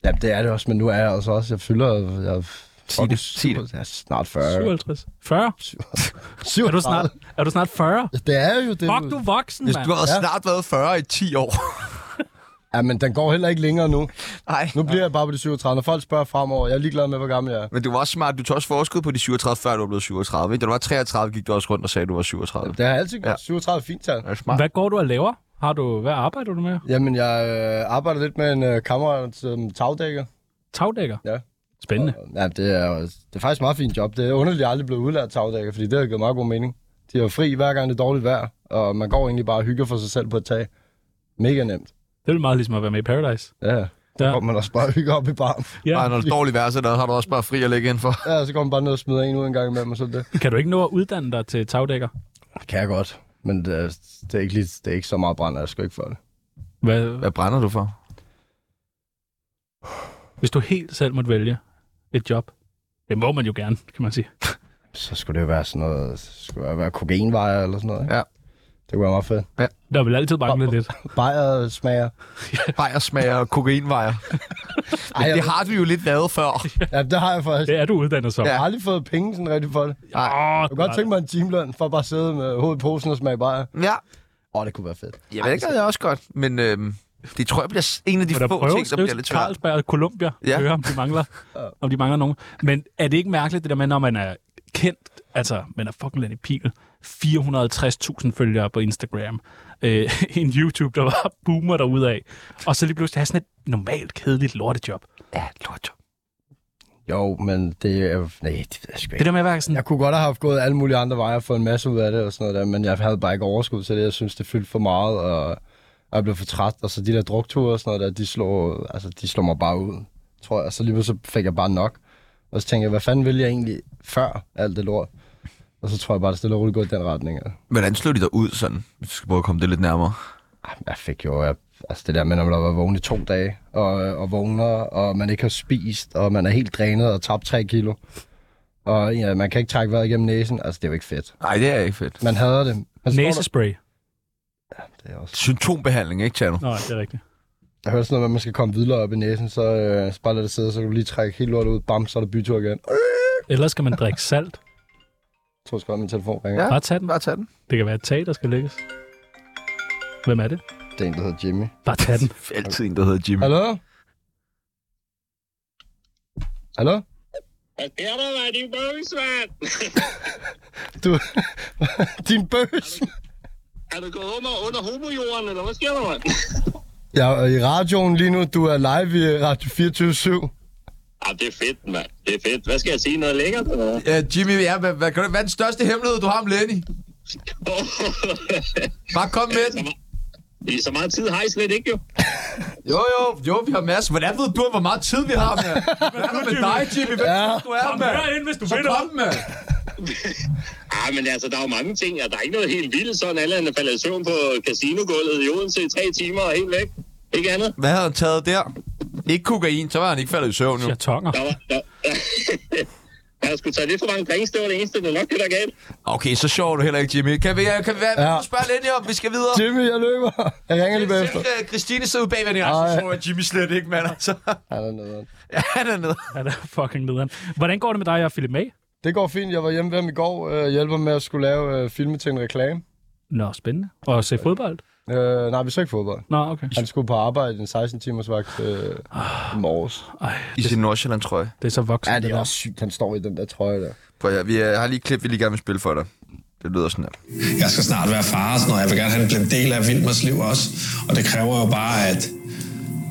ja, det er det også, men nu er jeg altså også, jeg fylder... Jeg, Sig det, sig det. Jeg er snart 40. 57. 40? 37. Er du snart, er du snart 40? Det er jo det. Fuck, du er voksen, Hvis mand. du har Ja. snart været 40 i 10 år. Ja, men den går heller ikke længere nu. [laughs] Nej. Nu bliver jeg bare på de 37. Når folk spørger fremover, jeg er ligeglad med, hvor gammel jeg er. Men du var også smart. Du tog også forskud på de 37, før du blev 37. Ikke? Da du var 33, gik du også rundt og sagde, at du var 37. Det har jeg altid gjort. Ja. 37 er fint tal. Det er smart. Hvad går du og laver? Har du, hvad arbejder du med? Jamen, jeg øh, arbejder lidt med en øh, kammerat som tagdækker. Tagdækker? Ja. Spændende. Ja, det er, jo- det er faktisk et meget fint job. Det er underligt, at jeg aldrig blev udlært tagdækker, fordi det har givet meget god mening. De er jo fri, hver gang det er dårligt vejr, og man går egentlig bare og hygger for sig selv på et tag. Mega nemt. Det er meget ligesom at være med i Paradise. Ja, Ja. ja. Går man også bare og hygger op i baren. Ja. Ej, når det er dårligt vejr, så der har du også bare fri at lægge ind for. Ja, så går man bare ned og smider en ud en gang imellem, og så er det. Kan du ikke nå at uddanne dig til tagdækker? det. Kan jeg godt. Men det er, det er, ikke, lige, det er ikke så meget brand, at jeg skal ikke for det. Hvad, Hvad brænder du for? hvis du helt selv måtte vælge et job, det må man jo gerne, kan man sige. Så skulle det jo være sådan noget, så skulle det være kokainvejer eller sådan noget. ikke? Ja. Det kunne være meget fedt. Der vil altid mangle lidt. Bajer smager. Bajersmager og [laughs] kokainvejer. Ej, jeg, Det har du jo lidt lavet før. ja, det har jeg faktisk. Det er du uddannet som. Jeg Ja. har aldrig fået penge sådan rigtigt for det. Oh, Jeg kunne godt tænke mig en timeløn for at bare sidde med hovedet i posen og smage bajer. Ja, Åh, oh, det kunne være fedt. jeg ved ikke, det er også godt, men øhm, det tror jeg bliver s- en af de Må der få prøve ting, som at skrive bliver til lidt svært. Carlsberg og Columbia, Ja. ja. høre, om de, [laughs] mangler, om de mangler nogen. Men er det ikke mærkeligt, det der med, når man er kendt, altså man er fucking Lenny Pihl, 450.000 følgere på Instagram, øh, [laughs] en YouTube, der var boomer derude af, og så lige pludselig have sådan et normalt, kedeligt lortejob. Ja, lort. Jo, men det er... Nej, det ved jeg sgu Det ikke. der med at være sådan, Jeg kunne godt have haft gået alle mulige andre veje og fået en masse ud af det og sådan noget der, men jeg havde bare ikke overskud til det. Jeg synes, det fyldte for meget, og jeg blev for træt. Og så de der drukture og sådan noget der, de slog, altså, de slog mig bare ud, tror jeg. Så lige pludselig fik jeg bare nok. Og så tænkte jeg, hvad fanden ville jeg egentlig før alt det lort? Og så tror jeg bare, det stille og roligt går i den retning. altså. og- Hvordan slog de dig ud sådan? Hvis du skal prøve at komme det lidt nærmere. Ej, Jeg fik jo, jeg, altså det der med, når man har været vågen i to dage, og, og vågner, og man ikke har spist, og man er helt drænet og tabt tre kilo. Og ja, man kan ikke trække vejret igennem næsen. Altså, det er jo ikke fedt. Nej, det er ikke fedt. Man hader det. Man står næsespray. Der, det er også. Symptombehandling, ikke, Tjerno? Nå, det er rigtigt. Jeg hørte sådan noget med, at man skal komme videre op i næsen, så, øh, så bare lad det sidde, så kan du lige trække helt lortet ud. Bam, så er der bytur igen. Jeg Ellers skal man drikke salt. tror sgu, at min telefon ringer. Ja. Ja. Bare tag den. Bare tag den. Det kan være et tag, der skal lægges. Hvem er det? Det er en, der hedder Jimmy. Bare tag den. Altid en, der hedder Jimmy. Hallo? Hallo? [laughs] Hvad sker der, mand? [laughs] Din bøs, mand! du... Din bøs! Er du gået under, under homojorden, eller hvad sker der, mand? Jeg er i radioen lige nu. Du er live i Radio 24 Ah, det er fedt, mand. Det er fedt. Hvad skal jeg sige? Noget lækkert? eller [laughs] hvad? Ja, Jimmy, ja, hvad, hvad, hvad, hvad er den største hemmelighed, du har om Lenny? Bare kom med den. I så meget tid har I slet ikke, jo. Jo, jo, jo, vi har masser. Hvordan ved du, hvor meget tid vi har, mand? Hvad er der med dig, Jimmy? Hvem Ja. tror du er, mand? ind, hvis du Så kom, mand. Ah, men altså, der er jo mange ting, og der er ikke noget helt vildt sådan. Alle han falder i søvn på casinogulvet i Odense i tre timer og helt væk. Ikke andet? Hvad havde han taget der? Ikke kokain, så var han ikke faldet i søvn nu. Jeg tonger. Der var... Der... Jeg skulle tage lidt for mange drinks, det var det eneste, det er nok det, der gav. Okay, så sjov er du heller ikke, Jimmy. Kan vi, kan vi, kan Ja. vi spørge lidt om, vi skal videre? Jimmy, jeg løber. Jeg ringer lige bagefter. Selv, øh, Christine sidder ude bagved, og jeg Ej. så tror jeg, Jimmy slet ikke, mand. Altså. [laughs] Ej, der er noget. Ja, han er nede. Ja, det er fucking nederen. Hvordan går det med dig og Philip May? Det går fint. Jeg var hjemme ved ham i går. Øh, hjælper med at skulle lave øh, filme til en reklame. Nå, spændende. Og se fodbold? Øh, nej, vi så ikke fodbold. Nå, okay. Han skulle på arbejde en 16-timers vagt øh, i morges. Ej, I sin Nordsjælland-trøje. det er så voksen. Ja, det er der. også sygt, han står i den der trøje der. Prøv at, høre, vi øh, har lige et klip, vi lige gerne vil spille for dig. Det lyder sådan her. jeg skal snart være far, og sådan noget. jeg vil gerne have det bliver en del af Vilmers liv også. Og det kræver jo bare, at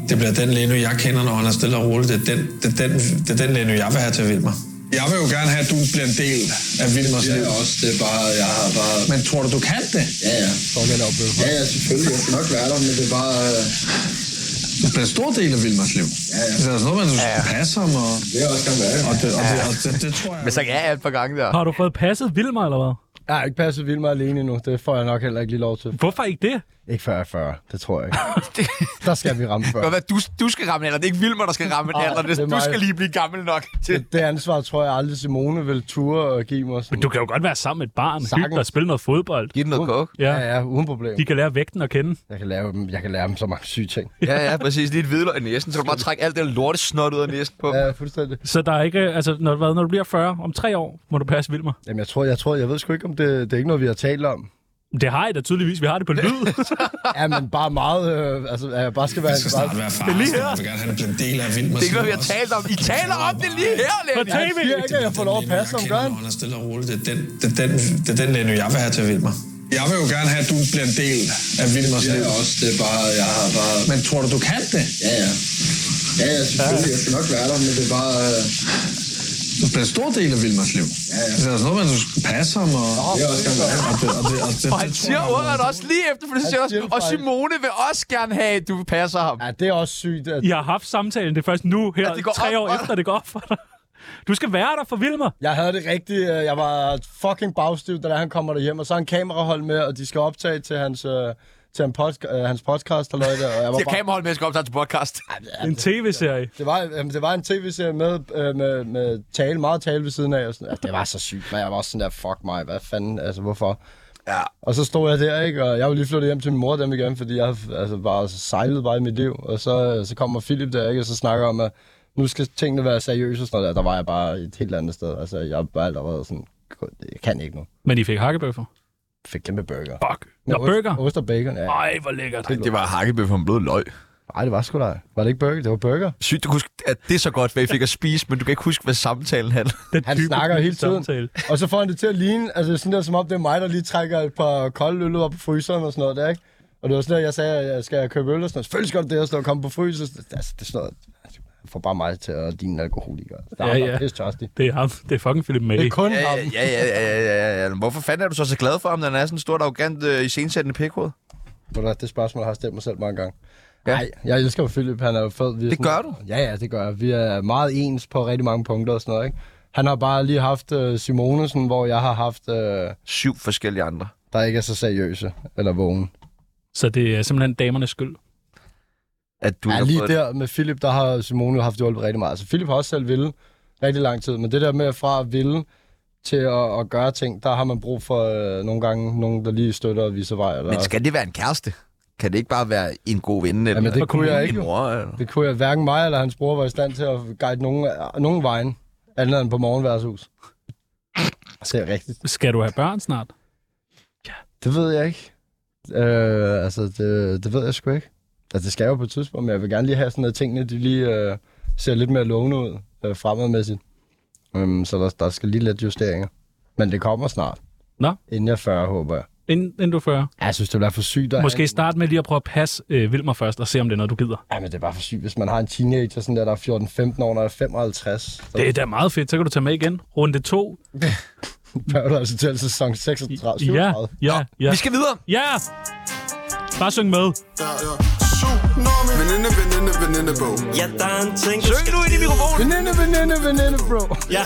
det bliver den Leno, jeg kender, når han er stille og roligt. Det er den, det er den, det er den Leno, jeg vil have til Vilmer. Jeg vil jo gerne have, at du bliver en del af Vilmers liv. også, det er bare, jeg har bare... Men tror du, du kan det? Ja, ja. Står med op Ja, ja, selvfølgelig. Jeg skal nok være der, men det er bare... øh, Du bliver en stor del af Vilmers liv. Ja, ja. Det er sådan noget, man synes, ja, passer om, og, Det er også gerne være. og, det, og, det, og det, det, tror jeg... Men så ja, et par gange der. Har du fået passet Vilmer, eller hvad? Jeg har ikke passet vildt meget alene endnu. Det får jeg nok heller ikke lige lov til. Hvorfor ikke det? Ikke før jeg er 40. Det tror [laughs] jeg ikke. Der skal vi ramme før. Godt, hvad, du, du skal ramme den alder. Det er ikke Vilmer, der skal ramme den Ej, alder. Det, det er du mig. skal lige blive gammel nok til. Det ansvar tror jeg aldrig Simone vil ture og give mig. Sådan. Du kan jo godt være sammen med et barn, hygge dig Sagtens. og spille noget fodbold. Giv den noget kok. Ja, Ja, ja, uden problem. de kan lære vægten at kende. Jeg kan, lave dem, jeg kan lære dem så mange syge ting. Ja, ja, præcis. Lige et hvidløg i næsen. Så kan du bare trække alt det lorte snot ud af næsen på. Ja, fuldstændig. Så der er ikke, altså, når, hvad, når du bliver 40, om tre år, må du passe Vilmer. Jamen, jeg tror, jeg tror, jeg ved sgu ikke, om det, det er ikke noget, vi har talt om. Det har I da tydeligvis, vi har det på lyd. Ja, men bare meget, øh, altså, at jeg bare skal være... Jeg skal snart være far, er lige og her. jeg vil gerne have, at det bliver en del af Vilmers Det er liv. ikke noget, vi har talt om. I taler om det lige her, på Lenny. tv! Jeg ikke, at jeg får lov at passe om, gør han? Når han er stille og roligt, det er den, det er den, det er den Leno, jeg vil have til Vilmer. Jeg vil jo gerne have, at du bliver en del af Vilmers Det liv. er også, det er bare... Jeg har bare... Men tror du, du kan det? Ja, ja. Ja, ja, selvfølgelig. Jeg skal nok være der, men det er bare... Øh... Det bliver en stor del af Vilmars liv. Ja, ja. Det er sådan noget, man skal passe ham og... Det er også gerne være. og det- og det- og det- Og han det tror siger jeg, ordret også lige efter, for det Han siger siger også, det og faktisk. Simone vil også gerne have, at du passer ham. Ja, det er også sygt. At... I har haft samtalen, det er først nu, her Ja, det går tre op år for dig. efter, det går op for dig. Du skal være der for Vilmer. Jeg havde det rigtigt. øh, Jeg var fucking bagstiv, da han kommer derhjem, og så er en kamerahold med, og de skal optage til hans, øh, til hans, podca- øh, hans podcast, og noget der, og jeg var Jeg bare... kan holde med, at jeg skal optage til podcast. En tv-serie. Det var, jamen, det var en tv-serie med, øh, med, med tale, meget tale ved siden af. Og sådan. Altså, det var så sygt, men jeg var også sådan der, fuck mig, hvad fanden, altså hvorfor? Ja. Og så stod jeg der, ikke? Og jeg var lige flyttet hjem til min mor dem igen, fordi jeg altså, bare sejlede bare i mit liv. Og så, så kommer Philip der, ikke? Og så snakker om, at nu skal tingene være seriøse og sådan noget der. Der var jeg bare et helt andet sted. Altså, jeg var allerede sådan, "Gud, jeg kan ikke nu. Men I fik hakkebøffer. Fik kæmpe burger. Fuck. Med Nå, ost- burger. Ost og bacon, ja. Ej, hvor lækkert. Det var hakkebøf og en blød løg. Nej, det var sgu da. Var det ikke burger? Det var burger. Sygt, du kunne huske, at det er så godt, hvad I fik at spise, men du kan ikke huske, hvad samtalen handler. Den Han dybe, snakker dybe hele tiden. samtale. Og så får han det til at ligne, altså sådan der, som om det er mig, der lige trækker et par kolde øl ud op på fryseren og sådan noget der, ikke? Og det var sådan der, jeg sagde, at jeg skal købe øl og sådan noget. Selvfølgelig skal du det, og sådan noget, komme på fryser. Det, altså, det er sådan noget, altså, jeg får bare mig til at ligne en alkoholiker. Der Ja, er ja. ja, pisse tørstig. Det er ham. Det er fucking Philip May. Det er kun Ja, ham. ja, ja, ja, ja, ja, ja. Hvorfor fanden er du så så glad for ham, den er sådan en stort, arrogant, øh, iscenesættende pikhoved? Ved du hvad, Det spørgsmål har jeg stillet mig selv mange gange. Ja. Nej, jeg elsker jo Philip, han er jo fed. Vi er Det gør du? Ja, ja, det gør jeg. Vi er meget ens på rigtig mange punkter og sådan noget, ikke? Han har bare lige haft øh, Simonesen, hvor jeg har haft, øh, Syv forskellige andre. der ikke er så seriøse eller vågen. Så det er simpelthen damernes skyld. At du Ja, ikke har lige fået- der med Philip, der har Simone haft hjulpet rigtig meget. Altså, Philip har også selv ville rigtig lang tid, men det der med fra at ville til at, at gøre ting, der har man brug for øh, nogle gange nogen, der lige støtter og viser vej. Eller... Men skal det være en kæreste? Kan det ikke bare være en god ven eller Jamen, det Og kunne jeg kommunen- en ikke. jo. mor? Eller? Det kunne jeg hverken mig eller hans bror var i stand til at guide nogen, nogen vejen, andet end på morgenværshus. Så er rigtigt. Skal du have børn snart? Det ved jeg ikke. Øh, altså, det, det ved jeg sgu ikke. Altså, det skal jeg jo på et tidspunkt, men jeg vil gerne lige have sådan noget tingene, de lige øh, ser lidt mere lovende ud øh, fremadmæssigt. Um, så der, der skal lige lidt justeringer. Men det kommer snart. Nå. Inden jeg er 40, håber jeg. Inden, inden du fører. Ja, Jeg synes, det bliver for sygt. at Måske have- starte med lige at prøve at passe øh, Vilmer først, og se om det er noget, du gider. Ja, men det er bare for sygt, hvis man har en teenager, sådan der, der er 14-15 år, når jeg er 55. Så Det er da meget fedt. Så kan du tage med igen. Runde to. bør du altså til sæson 36. Ja, 37. ja, ja. Vi skal videre. Ja! Bare syng med. Ja, ja. Tsunami. Veninde, veninde, veninde, bog. Ja, der er en ting, du Søg skal nu ind i mikrofonen. Veninde, veninde, veninde, bro. Ja,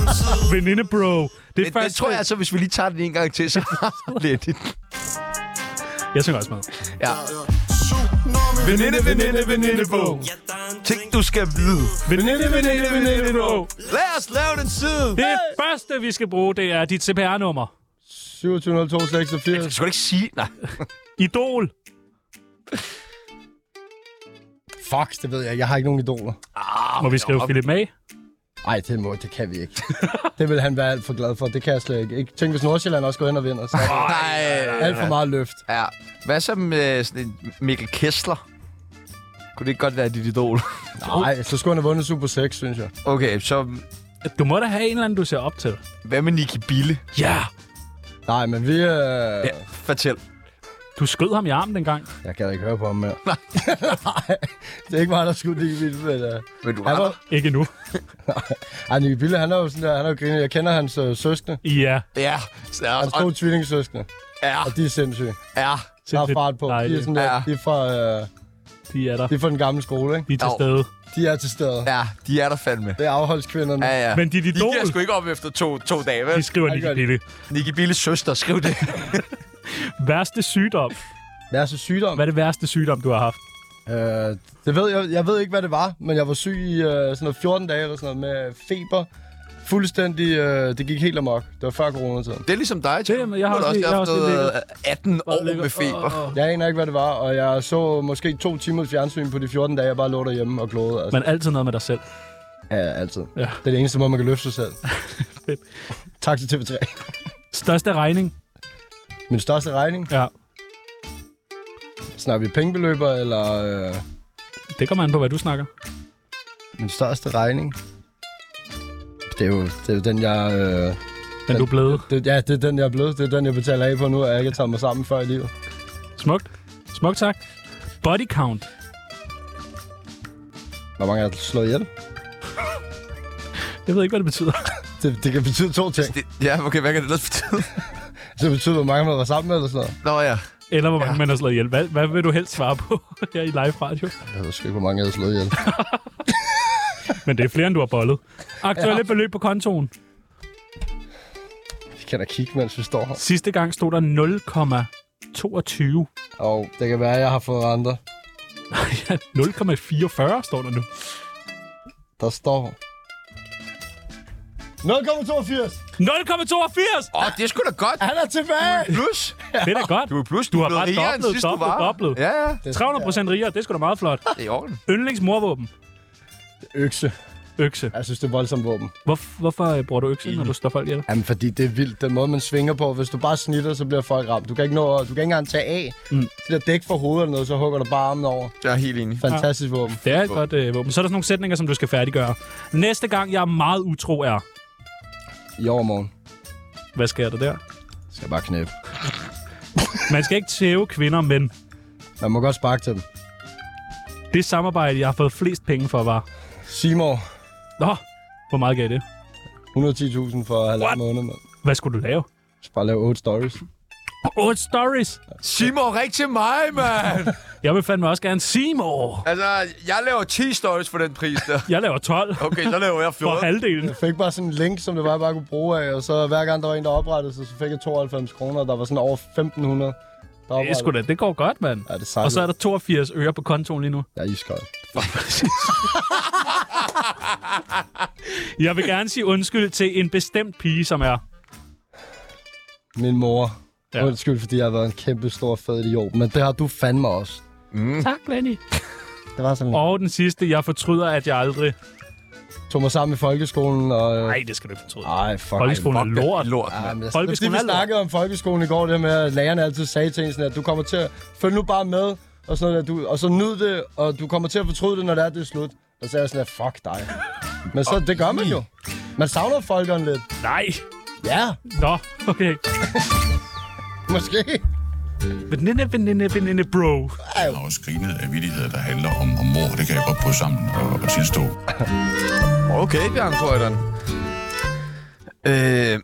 en tid. Veninde, bro. Det er Men jeg først... tror jeg altså, hvis vi lige tager den en gang til, så [laughs] lidt. Jeg synger også med. Ja. Tsunami. Veninde, veninde, veninde, bog. Ja, der er en ting, Ting, du skal vide. Veninde, veninde, veninde, bro. Lad os lave den side. Det første, vi skal bruge, det er dit CPR-nummer. 27.02.86. Jeg skal ikke sige, nej. Idol. Fuck, det ved jeg. ikke. Jeg har ikke nogen idoler. Ah, Må vi skrive Philip May? Nej, det må, det kan vi ikke. det vil han være alt for glad for. Det kan jeg slet ikke. ikke. Tænk, hvis Nordsjælland også går hen og vinder, så er Nej. det alt for meget løft. Ja. Hvad så med sådan en Mikkel Kessler? Kunne det ikke godt være dit idol? [laughs] Nej, så skulle han have vundet Super 6, synes jeg. Okay, så Du må da have en eller anden, du ser op til. hvad med Nicky Bille? Ja! Nej, men vi... Øh... Ja. Fortæl. Du skød ham i armen dengang. Jeg kan ikke høre på ham mere. Nej. det er ikke mig, der skulle lide vildt, men... Øh... Vil du Han var... var... Ikke nu. Ej, Nicky Bille, han er jo sådan der, han er jo griner. Jeg kender hans øh, søskende. Ja. Ja. Ja. Hans to tvillingesøskende. Ja. Og Ah, de er sindssyge. Ja. Der er fart på. De er, Dejligt. sådan der, Ja. de, er fra, øh... De er der. de er fra den gamle skole, ikke? De er til Au. stede. De er til stede. Ja, de er der fandme. Det er afholdskvinderne. Ja, ja. Men dit de idol, giver sgu ikke op efter to, to dage, de vel? skriver gør Nicky det. Pille. Nicky Billes søster, skriv det. Værste sygdom. Hvad er så sygdom? Hvad er det værste sygdom, du har haft? Øh, det ved jeg, jeg ved ikke, hvad det var, men jeg var syg i øh, sådan noget 14 dage eller sådan noget med feber. Fuldstændig, øh, det gik helt amok. Det var før coronatiden. [laughs] Det er ligesom dig, Tim. Det er- jeg Du har da også- jeg har haft også lige noget 18 år med feber. Åh, åh. Jeg aner ikke, hvad det var, og jeg så måske to timers fjernsyn på de 14 dage, jeg bare lå derhjemme og glåede. Altså, Men altid noget med dig selv. ja, altid. Ja. Ja. Det er det eneste måde, man kan løfte sig selv. [laughs] Fedt. tak til TV3. Største regning? Min største regning. Ja. Snakker vi pengebeløber, eller øh, Det kommer an på, hvad du snakker. min største regning? Det er jo, det er jo den, jeg... Øh, Men du er blevet. det, ja, det er den, jeg er blevet. Det er den, jeg betaler af på nu, og jeg ikke har taget mig sammen før i livet. Smukt. Smukt tak. Body count. Hvor mange er der slået ihjel? Jeg ved ikke, hvad det betyder. [laughs] det, det kan betyde to ting. Det, ja, okay, hvad kan det ellers betyde? det betyder, hvor mange man var sammen med, eller sådan noget. Nå ja. Eller hvor mange ja. man har slået ihjel. Hvad, hvad vil du helst svare på [laughs] her i live radio? Jeg ved sgu ikke, hvor mange jeg har slået ihjel. Men det er flere, end du har bollet. Aktuelle ja. beløb på kontoen. Vi kan da kigge, mens vi står her. Sidste gang stod der 0,22. Og det kan være, at jeg har fået renter. Ja, 0,44 står der nu. Der står 0,82. 0,82! Åh, oh, det er sgu da godt. Han er tilbage! Plus. Det er da godt. Du er plus. Du har blevet bare rigere end dobblet, sidst, du dobblet, var. dobblet. Ja, ja. Det er 300 procent rigere, det er sgu da meget flot. Det er i orden. Yndlingsmorvåben. Økse. Økse. Jeg synes, det er voldsomt våben. Hvor, hvorfor øh, bruger du økse, når du slår folk ihjel? Jamen, fordi det er vildt. Den måde, man svinger på. Hvis du bare snitter, så bliver folk ramt. Du kan ikke, nå, at- du kan ikke engang tage af. Mm. Mm. Det der dæk for hovedet eller noget, så hugger du bare armen over. Jeg er helt enig. Fantastisk våben. Det er et godt øh, våben. Så er der sådan nogle sætninger, som du skal færdiggøre. Næste gang, jeg er meget utro, er... I overmorgen Hvad sker der der? skal jeg bare knæppe. Man skal ikke tæve kvinder, men Man må godt sparke til dem. det samarbejde, jeg har fået flest penge for, var... Seymour. Nå, hvor meget gav det? 110.000 for halvanden måned, mand. Hvad skulle du lave? Så bare lave 8 stories. Otte stories! Simon, ring til mig, mand! Jeg vil fandme også gerne Seymour. [laughs] altså, jeg laver 10 stories for den pris der. Jeg laver 12 Okay, så laver jeg for 14. halvdelen. Jeg fik bare sådan en link, som det var, jeg bare kunne bruge af, og så hver gang, der var en, der oprettede sig, så fik jeg 92 kroner, og der var sådan over 1.500. Der Det, er sgu da, det går godt, mand. Ja, det er sejt. Og så er der 82 øre på kontoen lige nu. Jeg er iskold. Jeg vil gerne sige undskyld til en bestemt pige, som er... Min mor. Ja. Ja. Undskyld, fordi jeg har været en kæmpe stor fed idiot, men det har du fandme også. Tak, Lenny. Det var sådan, Og den sidste, jeg fortryder, at jeg aldrig... tog mig sammen i folkeskolen, og... øh, Nej, det skal du ikke fortryde. Ej, fuck. Folkeskolen er lort. Lort, Ej, men altså, jeg, Folkeskolen folkeskolen er vi lort. snakkede om folkeskolen i går, det her med, at lærerne altid sagde til en sådan, at du kommer til at følge nu bare med, og, sådan noget, der, du, og så nyd det, og du kommer til at fortryde det, når det er, det er slut. Og så er jeg sådan, at fuck dig. Men så, det gør man jo. Man savner folkeren lidt. Nej. Ja, Nå, okay. måske. Veninde, veninde, veninde, bro. Jeg har også grinet af vidtigheder, der handler om, om mor. Det kan jeg godt på sammen og, og tilstå. Okay, Bjørn Krøjderen. Øh,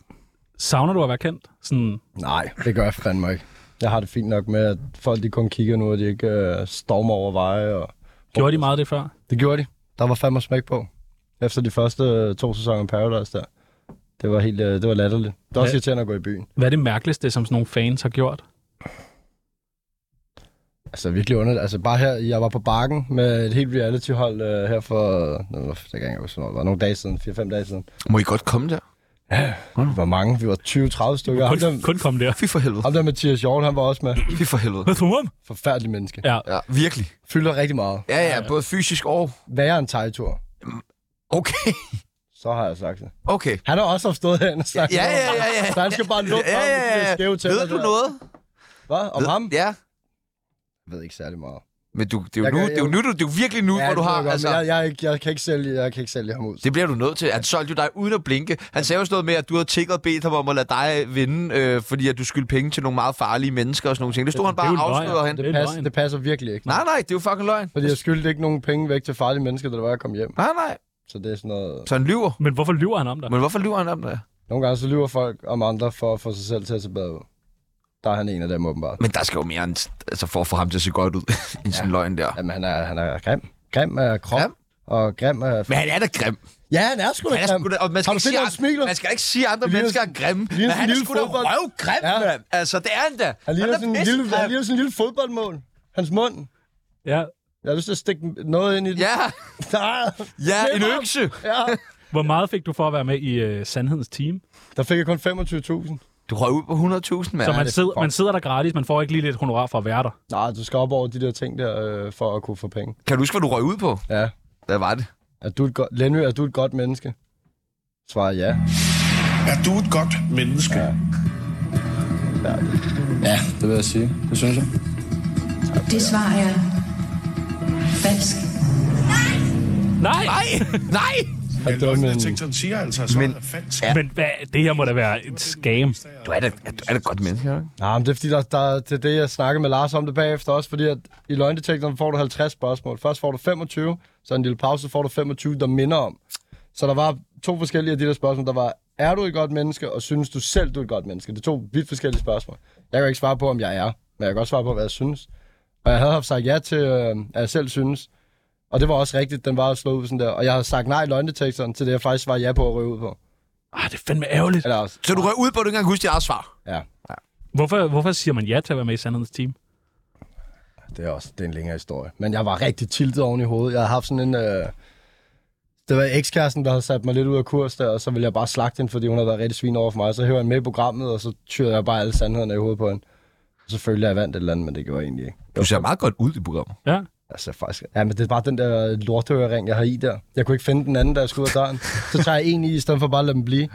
Savner du at være kendt? Sådan, Nej, det gør jeg fandme ikke. Jeg har det fint nok med, at folk de kun kigger nu, og de ikke øh, stormer over veje. Og... gjorde de meget af det før? Det gjorde de. Der var fandme smæk på. Efter de første øh, to sæsoner af Paradise der. Det var helt, øh, det var latterligt. Det var også Hvad? irriterende at gå i byen. Hvad er det mærkeligste, som sådan nogle fans har gjort? Altså virkelig underligt. Altså bare her, jeg var på bakken med et helt reality-hold øh, her for, øh, det kan jeg ikke huske, hvornår det var nogle dage siden, 4-5 dage siden. må I godt komme der? Hvor mange? Vi var 20-30 stykker. Ham Kun, der, kun kom der. Fy for helvede. ham der Mathias Hjort, han var også med. Fy for [laughs] helvede. Hvad tror du om? Forfærdelig menneske. Ja. Ja, virkelig. Fylder rigtig meget. Ja, ja, både fysisk og... Værre en tegtur. Okay, Så har jeg sagt det. okay. Han har også haft stået herinde og sagt Ja, ja, ja, ja. Så han skal bare lukke Ja, ja, om, det ja. bliver skævt til. Ved du noget? Hvad? Om Ved- ham? Ja. Jeg ved ikke særlig meget. Men du, det er jo Jeg nu, kan- det er jo nu, du, det er jo virkelig nu, Ja, hvor du det ved har, jeg, godt, altså... men jeg, jeg, er ikke- jeg, kan ikke sælge, jeg kan ikke sælge ham ud. Det bliver du nødt til. Han solgte jo dig uden at blinke. Han sagde jo sådan noget med, at du havde tikket og bedt ham om at lade dig vinde, øh, fordi at du skyldte penge til nogle meget farlige mennesker og sådan nogle ting. Det stod han det bare er jo og en løgn. altså. afslørede hen. Det er Det, en passer, løgn. det passer virkelig ikke. Nej, nej, det er jo fucking løgn. Fordi jeg skyldte ikke nogen penge væk til farlige mennesker, da det var, jeg kom hjem. Nej, nej. Så det er sådan noget... Så han lyver. Men hvorfor lyver han om dig? Men hvorfor lyver han om det? Nogle gange så lyver folk om andre for at få sig selv til at se bedre ud. Der er han en af dem åbenbart. Men der skal jo mere end, altså for at få ham til at se godt ud, end sådan en løgn der. Jamen, han er, han er grim. Grim af krop. Grim? Og grim af... Men han er da grim. Ja, han er sgu da Han er grim. sgu da, og man Har skal, du ikke set, sige, at han smiler? andre, man skal ikke sige, at andre ligner mennesker er sådan- grimme. ligner Men sådan han er en sgu da lille fodbold. røvgrim, Ja. mand. Altså, det er han da. Han ligner, er sådan en lille, han pissegrim. ligner sådan en lille fodboldmål. Hans mund. Ja. Jeg har lyst til at stikke noget ind i den. Ja, [laughs] Nej. ja, en Nemmere. økse. ja. Hvor meget fik du for at være med i uh, Sandhedens Team? Der fik jeg kun 25.000. Du røg ud på 100.000, mand. Så man, det er sidder, for- man sidder der gratis, man får ikke lige lidt honorar for at være der. Nej, du skal op over de der ting der, øh, for at kunne få penge. Kan du huske, hvad du røg ud på? Ja. Hvad var det? Er du et godt, Lenny, er du et godt menneske? Svar ja. Er du et godt menneske? Ja. Ja, det vil jeg sige. Det synes jeg. Det svar er falsk. Nej! Nej! Nej! Og det var min... Detektoren siger altså, at Men- svaret er falsk. Ja. [laughs] Men hvad, det her må da være et scam. Du er da, du er da godt menneske, ikke? Nej, men det er fordi, der, der, det er det, jeg snakkede med Lars om det bagefter også, fordi at i løgndetektoren får du 50 spørgsmål. Først får du 25, så en lille pause får du 25, der minder om. Så der var to forskellige af de der spørgsmål. Der var, er du et godt menneske, og synes du selv, du er et godt menneske? Det er to vidt forskellige spørgsmål. Jeg kan ikke svare på, om jeg er, men jeg kan godt svare på, hvad jeg synes. Og jeg havde haft sagt ja til, øh, at jeg selv synes. Og det var også rigtigt, den var slået ud sådan der. Og jeg havde sagt nej i løgndetektoren til det, jeg faktisk var ja på at røve ud på. Ah, det er fandme ærgerligt. Eller også, Så du røg ud på, at du ikke engang husker dit eget svar. ja, Hvorfor, hvorfor siger man ja til at være med i Sandhedens Team? det er også det er en længere historie. Men jeg var rigtig tiltet oven i hovedet. Jeg havde haft sådan en... Øh, det var ekskæresten, der havde sat mig lidt ud af kurs der, og så ville jeg bare slagte hende, fordi hun havde været rigtig svin over for mig. Så hører jeg med i programmet, og så tyrede jeg bare alle sandhederne i hovedet på hende. Og selvfølgelig er jeg vandt et eller andet, men det gjorde jeg egentlig ikke. Du ser meget godt ud i programmet. Ja. Altså faktisk. Ja, men det er bare den der lortehørering, jeg har i der. Jeg kunne ikke finde den anden, da jeg skulle ud af døren. Så tager jeg en i, i stedet for bare at lade dem blive.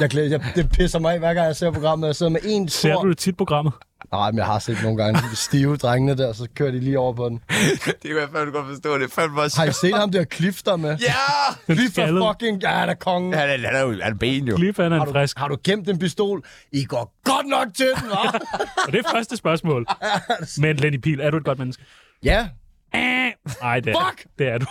Jeg, glæder, jeg, det pisser mig af, hver gang jeg ser programmet. Jeg sidder med en stor... Ser du det tit programmet? Nej, men jeg har set nogle gange de stive drengene der, så kører de lige over på den. [laughs] det kan jeg fandme godt forstå. Det er fandme også... Har I set ham der Cliff der med? Ja! Cliff er fucking... Ja, han er kongen. Han er, han er, jo- han er ben, jo. Cliff, han er Har en du, frisk. har du gemt en pistol? I går godt nok til den, [laughs] hva'? Og det er første spørgsmål. Men Lenny Pil, er du et godt menneske? ja, Nej, det er, Fuck! det er du.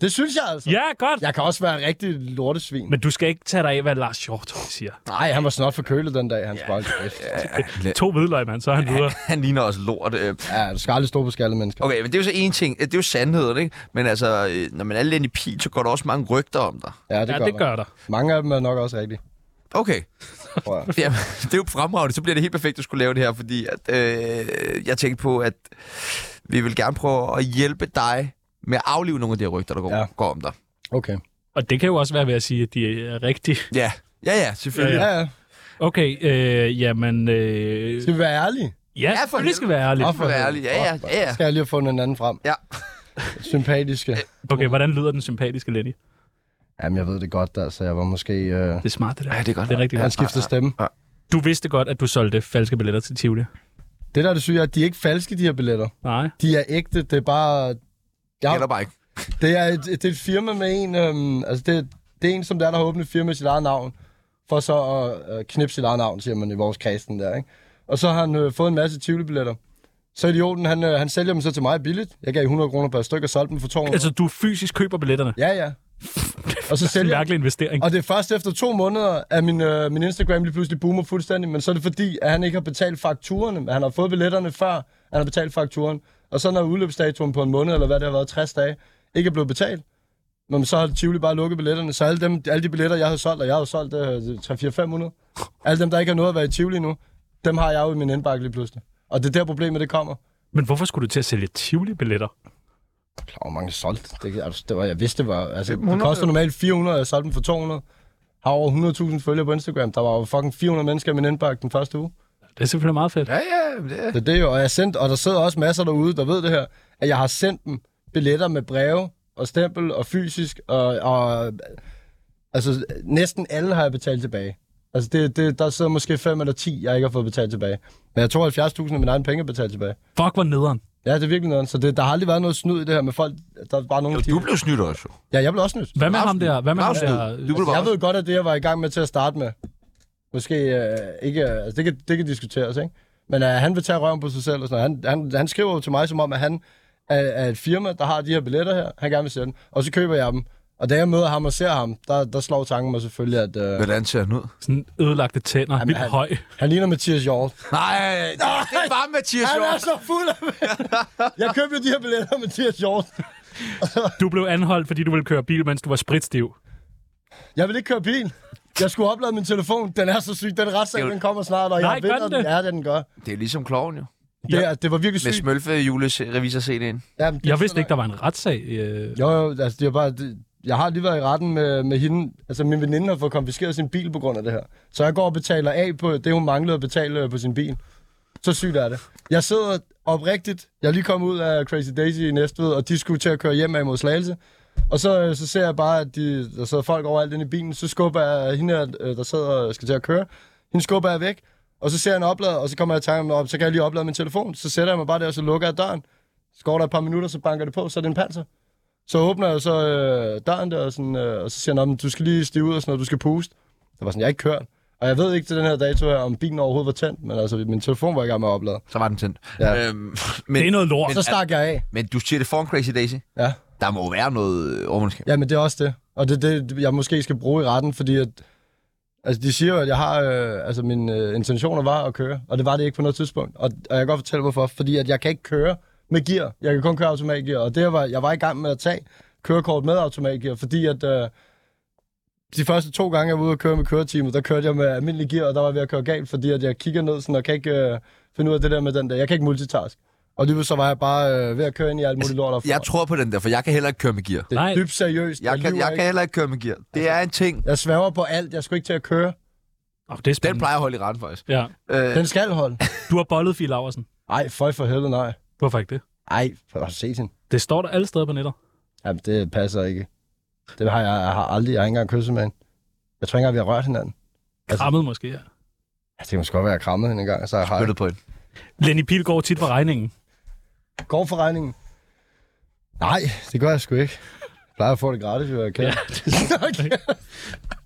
det synes jeg altså. ja, godt. Jeg kan også være rigtig lortesvin. Men du skal ikke tage dig af, hvad Lars Hjortøj siger. Nej, han var snart for kølet den dag, han sparkede kæft. To hvidløg, mand, så er han videre. Han ligner også lort. øh. Ja, du skal aldrig stå på skaldede mennesker. Okay, men det er jo så en ting. Det er jo sandheden, ikke? Men altså, øh, når man er Lenny Pil, så går der også mange rygter om dig. Ja, det, Ja, gør, det gør der. der. Mange af dem er nok også rigtige, Okay. tror jeg. Jamen, [laughs] det er jo fremragende. Så bliver det helt perfekt, at skulle lave det her, fordi at, øh, jeg tænkte på, at vi vil gerne prøve at hjælpe dig med at aflive nogle af de her rygter, der går, ja. Ja. går om dig. Okay. Og det kan jo også være ved at sige, at de er rigtige. Ja, ja, ja selvfølgelig. Ja, Ja, ja. Okay, øh, jamen... Øh, Skal vi være ærlige? ja, Ja, for selvfølgelig helvede. skal være ærligt. ja. For at være ærlig. Ja, ja, ja. ja. Så skal jeg lige have fundet en anden frem. Ja. Sympatiske. Okay, hvordan lyder den sympatiske Lenny? Jamen, jeg ved det godt, altså. Jeg var måske... Øh... Det er smart, det der. Ja, det er godt. Det er rigtig Han godt. skiftede stemme. Du vidste godt, at du solgte falske billetter til Tivoli. Det der er det syge, er, at de er ikke falske, de her billetter. Nej. De er ægte. Det er bare... Jeg Jeg, kender bare ikke. det, er et, det er et firma med en... Øhm, altså, det, er- det er en, som der, der har åbnet et firma i sit eget navn. For så at øh, knipse sit eget navn, siger man i vores kredsen der, ikke? Og så har han øh, fået en masse Tivoli-billetter. Så idioten, han, øh, han sælger dem så til mig billigt. Jeg gav 100 kroner per stykke og solgte dem for 200. Altså, du fysisk køber billetterne. Ja, ja. Og Det så er en sælger jeg mærkelig investering. Og det er først efter to måneder, at min, øh, min Instagram lige pludselig boomer fuldstændig. Men så er det fordi, at han ikke har betalt fakturerne. Men han har fået billetterne før, han har betalt fakturen. Og så når udløbsdatoen på en måned, eller hvad det har været, 60 dage, ikke er blevet betalt. Men så har Tivoli bare lukket billetterne. Så alle, dem, alle de billetter, jeg havde solgt, og jeg har jo solgt øh, 3-4-500. Alle dem, der ikke har noget at være i Tivoli nu, dem har jeg jo i min indbakke lige pludselig. Og det er der problemet, det kommer. Men hvorfor skulle du til at sælge Tivoli-billetter? Klar, hvor mange solgt. Det, altså, det var, jeg vidste, det var... Altså, det 500. koster normalt 400, og jeg solgte dem for 200. Har over 100.000 følgere på Instagram. Der var jo fucking 400 mennesker i min indbakke den første uge. Det er selvfølgelig meget fedt. Ja, ja, det er... Det er det jo, og, jeg sendte, og der sidder også masser derude, der ved det her, at jeg har sendt dem billetter med breve og stempel og fysisk, og, og altså, næsten alle har jeg betalt tilbage. Altså, det, det, der sidder måske 5 eller 10, jeg ikke har fået betalt tilbage. Men jeg tror 70.000 af mine egne penge er betalt tilbage. Fuck, hvor nederen. Ja, det er virkelig noget. Så det, der har aldrig været noget snyd i det her med folk. Der er bare nogen, Du blev snydt også. Ja, jeg blev også snydt. Hvad med ham der? Hvad med ham Claus, der? du blev Altså, bare jeg ved godt, at det, jeg var i gang med til at starte med, måske øh, ikke... øh, Altså, det, kan, det kan diskuteres, ikke? Men øh, han vil tage røven på sig selv og sådan noget. han, han, han skriver jo til mig som om, at han er, er et firma, der har de her billetter her. Han gerne vil sælge dem. Og så køber jeg dem. Og da jeg møder ham og ser ham, der, der slår tanken mig selvfølgelig, at øh, Hvordan ser han ud? Sådan ødelagte tænder, Jamen, vildt han- høj. han ligner Mathias [laughs] Hjort. Nej, det er bare Mathias Han er Hjort. så fuld af [laughs] Jeg købte jo de her billetter af Mathias Hjort. Du blev anholdt, fordi du ville køre bil, mens du var spritstiv. Jeg vil ikke køre bil. Jeg skulle oplade min telefon. Den er så syg. Den retssag, den kommer snart, og Nej, jeg gør vinder den den. det? Ja, den gør. Det er ligesom kloven jo. Det, er, det var virkelig Med sygt. smølfe jules revisor CD'en. Jamen, det Jeg er vidste sådan- ikke, der var en retssag. øh. Jo, jo, altså det er bare... Det, jeg har lige været i retten med, med hende. Altså min veninde har fået konfiskeret sin bil på grund af det her. Så jeg går og betaler af på det, hun manglede at betale øh, på sin bil. Så sygt er det. Jeg sidder oprigtigt. Jeg er lige kommet ud af Crazy Daisy i Næstved, og de skulle til at køre hjem af mod Slagelse. Og så, øh, så ser jeg bare, at de, der sidder folk overalt inde i bilen. Så skubber jeg hende, her, øh, der sidder og skal til at køre. Hende skubber jeg væk. Og så ser jeg en oplader, og så kommer jeg i tanke om, "Nå, så kan jeg lige oplade min telefon. Så sætter jeg mig bare der, og så lukker jeg døren. Så går der et par minutter, så banker det på, så er det en panser. Så åbner jeg så øh, døren der, og, sådan, øh, og så siger han, "Nå, men du skal lige stige ud og sådan noget, du skal puste. Så var sådan, jeg er ikke kørt. Og jeg ved ikke til den her dato her, om bilen overhovedet var tændt, men altså, min telefon var i gang med at oplade. Så var den tændt. Ja. Øhm, Men, så stak jeg af. Men du siger det for en Crazy Daisy? Ja. Der må jo være noget øh, overmundskab. Ja, men det er også det. Og det er det, jeg måske skal bruge i retten, fordi at, altså, de siger jo, at jeg har, øh, altså, mine øh, intentioner var at køre, og det var det ikke på noget tidspunkt. Og, og jeg kan godt fortælle, hvorfor. Fordi at jeg kan ikke køre med gear. Jeg kan kun køre automatgear. Og det her var, jeg var i gang med at tage kørekort med automatgear, fordi at øh, de første to gange, jeg var ude og køre med køreteamet, der kørte jeg med almindelig gear, og der var jeg ved at køre galt, fordi at jeg kigger ned sådan, og kan ikke øh, finde ud af det der med den der. Jeg kan ikke multitask. Og lige så var jeg bare øh, ved at køre ind i alt muligt lort. og Altså, Jeg tror på den der, for jeg kan heller ikke køre med gear. Det er Nej. dybt seriøst. Jeg, kan, lyver jeg ikke. kan heller ikke køre med gear. Altså, Det er en ting. Jeg sværger på alt. Jeg skulle ikke til at køre. Oh, det er den plejer at holde i retten, faktisk. Ja. Øh, Den skal holde. Du har bollet Fie Laversen. Ej, føj for helvede, nej. Hvorfor ikke det? Ej, for at se hende. Det står der alle steder på nettet. Jamen, det passer ikke. Det har jeg, jeg har aldrig. Jeg har ikke engang kysset med hende. Jeg tror ikke engang, vi har rørt hinanden. Krammet måske, ja. Altså, det måske godt være, at jeg krammede hende engang, og så har jeg... Spyttet på hende. Lenny Pihl går tit på regningen. Går for regningen. Nej, det gør jeg sgu ikke. Jeg plejer at få det gratis, jo, jeg [laughs] kan. Ja.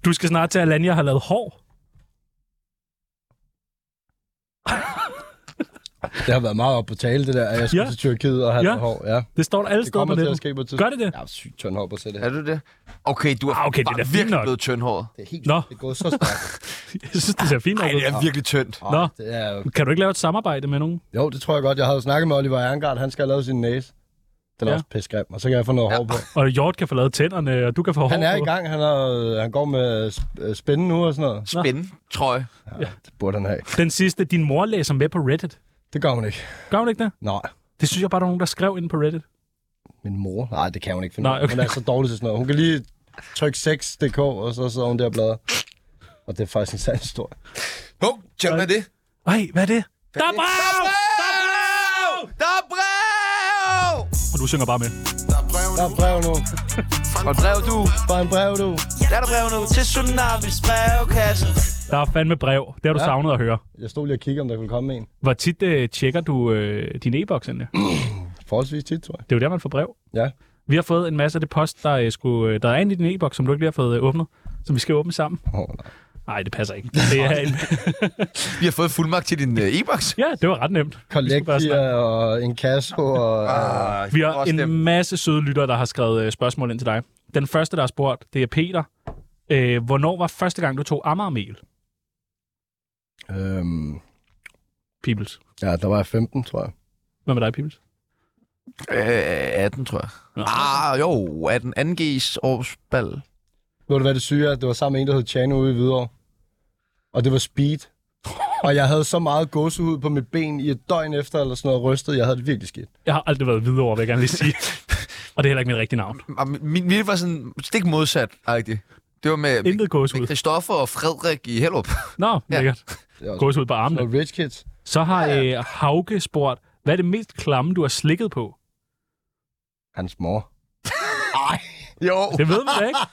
Du skal snart til, at Alanya har lavet hår. Det har været meget op på tale, det der, at jeg skulle Ja. ja. til Tyrkiet og have Ja. ja. hår. Ja. Det står der alle steder på kommer til at nettet. ske på et Gør tidspunkt. det [laughs] det? Jeg er sygt tynd hår på at sætte Er det. du det? Okay, du er, Ah, okay, det er bare da fint virkelig nok. blevet tyndhåret. Det er helt Nå. Det er gået så stærkt. Jeg synes, det ser fint Nej, ud. det er virkelig tyndt. Nå, Det er jo... kan du ikke lave et samarbejde med nogen? Jo, det tror jeg godt. Jeg havde jo snakket med Oliver Erngard. Han skal have lavet sin næse. Den er Ja. ja. også pissegrim, og så kan jeg få noget ja. hår på. Og Hjort kan få lavet tænderne, og du kan få hår Han er i på. gang. Han, er, han går med sp- øh, spænden nu og sådan noget. Spændende, tror jeg. Det burde han have. Den sidste, din mor læser med på Reddit. Det gør hun ikke. Gør hun ikke det? Nej. Det synes jeg bare, der er nogen, der skrev ind på Reddit. Min mor? Nej, det kan hun ikke finde. Nej, Nej, okay. okay. Hun er så dårlig til sådan noget. Hun kan lige trykke 6.dk, og så sidder hun der og bladrer. Og det er faktisk en sand historie. Hov, tjek med det. Ej, hvad er det? Der er brev! Der er brev! Og du synger bare med. Der er brev nu. Og brev du. Bare en brev, du. Der er der brev nu. Til Tsunamis brevkasse Der er fandme brev. Det har du ja. Ja. savnet at høre. Jeg stod lige og kiggede, om der ville komme en. Hvor tit øh, tjekker du øh, din e-boks egentlig? Forholdsvis tit, tror jeg. Det er jo der, man får brev. Ja. Vi har fået en masse af det post, der, øh, skulle, øh, der er inde i din e-boks, som du ikke lige har fået øh, åbnet, som vi skal åbne sammen. Oh, nej. Nej, det passer ikke. Det er en... [laughs] Vi har fået fuldmagt til din øh, e-boks. ja, det var ret nemt. Vi, skulle bare snakke. Kollektier og en kasse og... Ah. Ah, vi har også en dem. masse søde lyttere, der har skrevet øh, spørgsmål ind til dig. Den første, der har spurgt, det er Peter. Øh, hvornår var første gang, du tog Amagermel, Øhm, Peoples? ja, der var jeg 15, tror jeg. Hvad med dig, Peoples? Øh, 18, tror jeg. Nå. Ah, jo, 18. 2G's årsbal. Ved du, hvad det syge er? Det var sammen med en, der hed Chano ude i Hvidovre. Og det var speed. Og jeg havde så meget gåsehud på mit ben i et døgn efter, eller sådan noget rystet. Jeg havde det virkelig skidt. Jeg har aldrig været videre over, vil jeg gerne lige sige. Og det er heller ikke mit rigtige navn. Ah, Min, min min var sådan stik modsat, rigtigt. Det var med, med Intet gåsehud. Christoffer og Frederik i Hellup. Nå, Ja. lækkert. Det var Gås ud på sådan armene. noget rich kids. Så har øh, Hauke spurgt, hvad er det mest klamme, du har slikket på? Hans mor. Jo, Det ved vi da ikke. [laughs]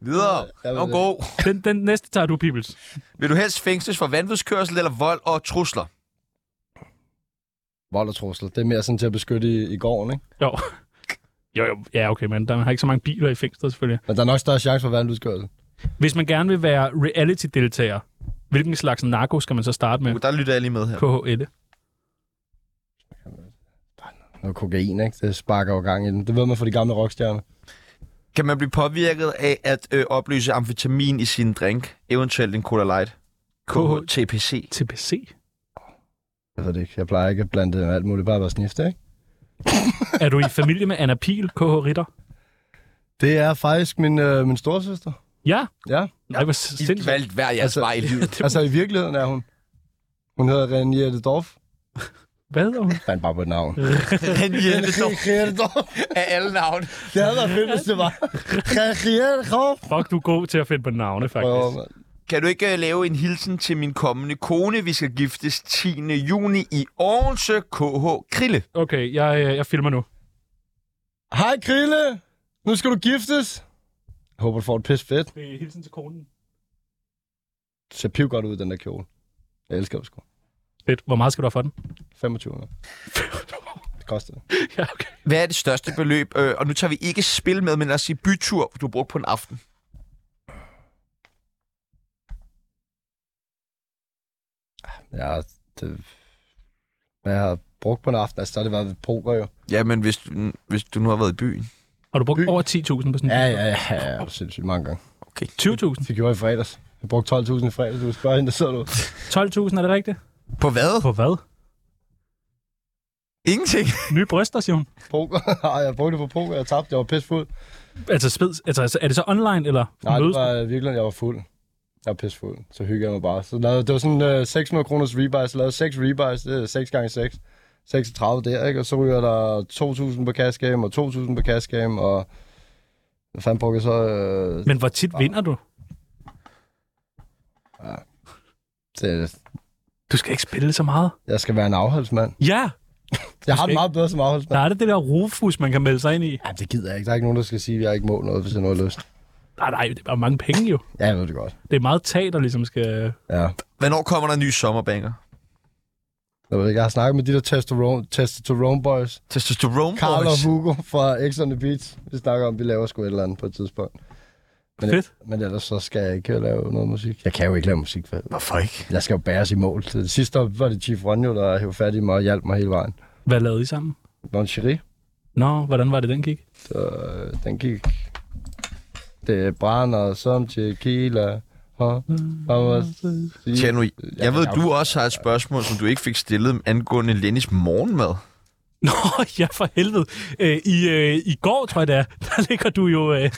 videre. Jeg ved Nå, det. god. Den, den næste tager du, Pibels. Vil du helst fængsles for vanvidskørsel eller vold og trusler? Vold og trusler. Det er mere sådan til at beskytte i, i gården, ikke? Jo. Jo, jo. Ja, okay, men der har ikke så mange biler i fængslet, selvfølgelig. Men der er nok større chance for vandudskørelse. Hvis man gerne vil være reality-deltager, hvilken slags narko skal man så starte med? Uh, Der lytter jeg lige med her. KH1. Noget kokain, ikke? Det sparker jo gang i den. Det ved man fra de gamle rockstjerner. Kan man blive påvirket af at øh, opløse amfetamin i sin drink? Eventuelt en Cola Light? KHTPC. TPC? Jeg ved det ikke. Jeg plejer ikke at blande det med alt muligt. Bare være snifte, ikke? Er du i familie med Anna Pil, KH Ritter? Det er faktisk min, øh, min storsøster. Ja. Ja. Nej, hvor sindssygt. I valgte hver jeres altså, Altså- vej i [laughs] livet. Altså, i virkeligheden er hun. Hun hedder Renée Dorf. Hvad hedder hun? Fandt bare på et navn. Henriette [laughs] Dorf Renée Dorf. af alle navn. Det havde været fedt, hvis det var. Renée Dorf. Fuck, du er god til at finde på navne, Prøv, faktisk. mand. Kan du ikke øh, lave en hilsen til min kommende kone? Vi skal giftes 10. juni i Odense KH Krille. Okay, jeg, øh, jeg filmer nu. Hej, Krille. Nu skal du giftes. Jeg håber, du får et pis fedt. Hilsen til konen. Du ser piv godt ud i den der kjole. Jeg elsker dig sgu. [laughs] Fedt. Hvor meget skal du have for den? 25 år. koster det. Hvad er det største beløb? Øh, og nu tager vi ikke spil med, men lad os sige bytur, du har brugt på en aften. Ja, det... Hvad jeg har brugt på en aften, altså, så har det været ved poker jo. Ja, men hvis, hvis du nu har været i byen. Har du brugt over 10.000 på sådan en Ja, ja, ja, ja, ja sindssygt mange gange. Okay. 20.000? Det gjorde jeg i fredags. Jeg brugte 12.000 i fredags, du spørger hende, der sidder du. 12.000, er det rigtigt? På hvad? På hvad? Ingenting. Nye bryster, siger hun. Poker. [laughs] Ej, jeg brugte det på poker, jeg tabte, jeg var pissfuld. Altså, spid, altså, er det så online, eller Nej, det mødes var virkelig, jeg var fuld. Jeg var pissfuld, så hyggede jeg mig bare. Så lavede, det var sådan øh, 600 kroners rebuys, jeg lavede 6 rebuys, det er 6 gange 6. 36 der, ikke? Og så ryger der 2.000 på cashgame, og 2.000 på cashgame, og... Hvad fanden brugte jeg så? Øh, Men hvor tit vinder du? det, Du skal ikke spille så meget. jeg skal være en afholdsmand. Ja! Jeg har det meget bedre som afholdsmand. Der er det det der rufus, man kan melde sig ind i. Ja, det gider jeg ikke. Der er ikke nogen, der skal sige, at jeg ikke må noget, hvis jeg nu har lyst. Nej, nej, det er bare mange penge jo. Ja, jeg ved det godt. Det er meget tag, der ligesom skal... Ja. Hvornår kommer der en ny sommerbanger? Jeg, ved ikke, jeg har snakket med de der testosterone, testosterone boys. Testosterone Carl boys? og Hugo fra X on the Beach. Vi snakker om, at vi laver sgu et eller andet på et tidspunkt. Men, Fedt. men ellers så skal jeg ikke lave noget musik. Jeg kan jo ikke lave musik. For Hvorfor ikke? Jeg skal jo bæres i mål. Så Det sidste år var det Chief Ronjo, der hævde fat i mig og hjalp mig hele vejen. Hvad lavede I sammen? Lingerie. Nå, hvordan var det, den gik? Så øh, den gik. Det brænder som tequila. Huh? Tjano, jeg ved, du også har et spørgsmål, som du ikke fik stillet angående Lennys morgenmad. Nå, [laughs] ja, for helvede. Øh, i, øh, I går, tror jeg det er, [laughs] der ligger du jo... Øh,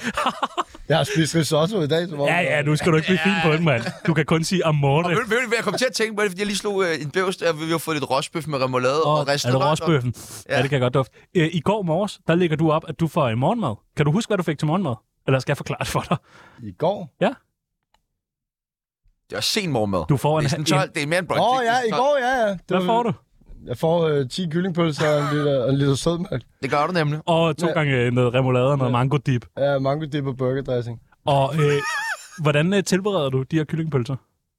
Jeg har spist risotto i dag. Som om- ja, ja, nu skal du ikke blive fin på den, mand. Du kan kun sige amorte. Og ved, ved, ved, jeg kom til at tænke på det, fordi jeg lige slog øh, en bøvs, og vi har fået lidt rosbøf med remoulade og, og Er det restaurant. råsbøffen? Ja. ja, det kan jeg godt dufte. Øh, I går morges, der ligger du op, at du får øh, morgenmad. Kan du huske, hvad du fik til morgenmad? Eller skal jeg forklare det for dig? I går? Ja. Det er også sen morgenmad. Du får en- det er sådan 12, det er mere en brunch. Åh, ikke? ja, Det er 12. i går, ja, ja. Det Hvad var- får du? Jeg får øh, 10 kyllingpølser og en liter, og en liter sødmælk. Det gør du nemlig. Og to Ja. gange øh, noget remoulade og noget mango dip. Ja, mango dip og burger dressing. Og øh, hvordan øh, tilbereder du de her kyllingpølser?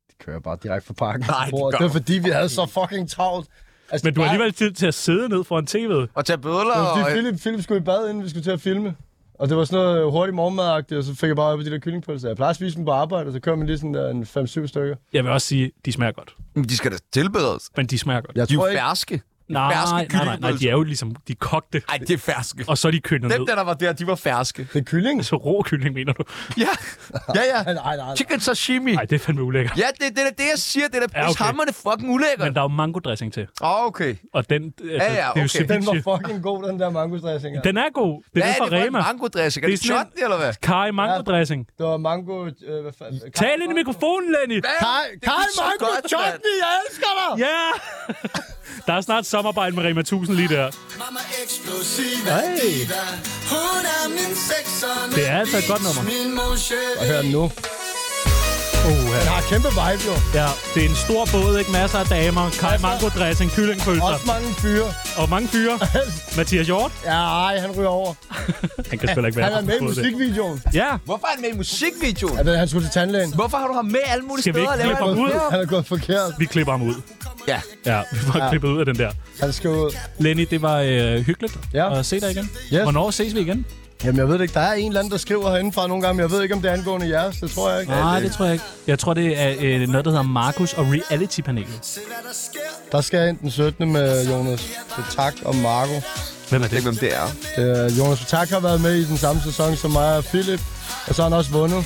De kører bare direkte fra pakken. Nej, det Bror, gør det var du. fordi, vi havde så fucking travlt. Altså, Men du har bare- alligevel tid til at sidde ned foran tv'et. Og tage bødler Det var fordi, og... Philip, Philip skulle i bad, inden vi skulle til at filme. Og det var sådan noget øh, hurtigt morgenmadagtigt, og så fik jeg bare op på de der kyllingpølser. Jeg plejer at spise dem på arbejde, og så kører man lige sådan der en 5-7 stykker. Jeg vil også sige, de smager godt. Men De skal da tilberedes. Men de smager godt. Jeg De er tror jo ikke- ferske. Nej, Ferske nej, nej, nej, de kyllingepølser. er jo ligesom, de er kogte, Ej, det er ferske. og så er de kølet Dem ned. der, der var der, de var ferske. Det er kylling. Så rå kylling, mener du? Ja, ja, ja. Nej, nej, nej. Chicken sashimi. Nej, det er fandme ulækkert. Ja, det, det er det, jeg siger. Det er da Ja, okay. pishammerende fucking ulækkert. Men der er jo mango-dressing til. Åh, okay. Og den, altså, ja, det er jo okay. Den var ceviche. fucking god, den der mango dressing. Den er god. Det Hvad er den er fra det for en altså? Rema. mango-dressing? Er Det er det sådan en- chutney, eller hvad? Kaj mango-dressing. Det var mango... Øh, hvad fanden? Tal ind i mikrofonen, Lenny. Kaj, Det er Kaj så mango godt, chutney, jeg elsker dig! Ja! [laughs] Der er snart samarbejde med Rema 1000 lige der. Mamma eksplosiva Hey. diva Hun er min sexerne Det er altså et godt nummer. Min Og hør den nu. Oh, Den har kæmpe vibe, jo. ja. Det er en stor båd, ikke? Masser af damer. Kaj mango-dressing, kyllingpølser. Også mange fyre. Og mange [laughs] fyre. Mathias Hjort. Ja, ej, han ryger over. Han kan selvfølgelig ikke Han være er med i på det. musikvideoen. Ja, Hvorfor er han med i musikvideoen? Ja, den- han skulle til tandlægen. Hvorfor har du ham med alle mulige Skal vi steder? ikke og laver klippe alt ham ud? muligt? Han er gået forkert. vi klipper ham ud. Ja. Ja, vi får ja. klippet ud af den der. Han skal ud. Lenny, det var øh, hyggeligt Ja. at se dig igen. Yes. Hvornår ses vi igen? Jamen, jeg ved det ikke. Der er en eller anden, der skriver herinde fra nogle gange, men jeg ved ikke, om det er angående jeres. Det tror jeg ikke. Nej, Ah, det tror jeg ikke. Jeg tror, det er øh, noget, der hedder Markus og Reality-panelet. Der skal jeg ind den 17. med Jonas Tak og Marco. Hvem er Jeg ved ikke, hvem det er. Øh, Jonas Tak har været med i den samme sæson som mig og Philip. Og så har han også vundet.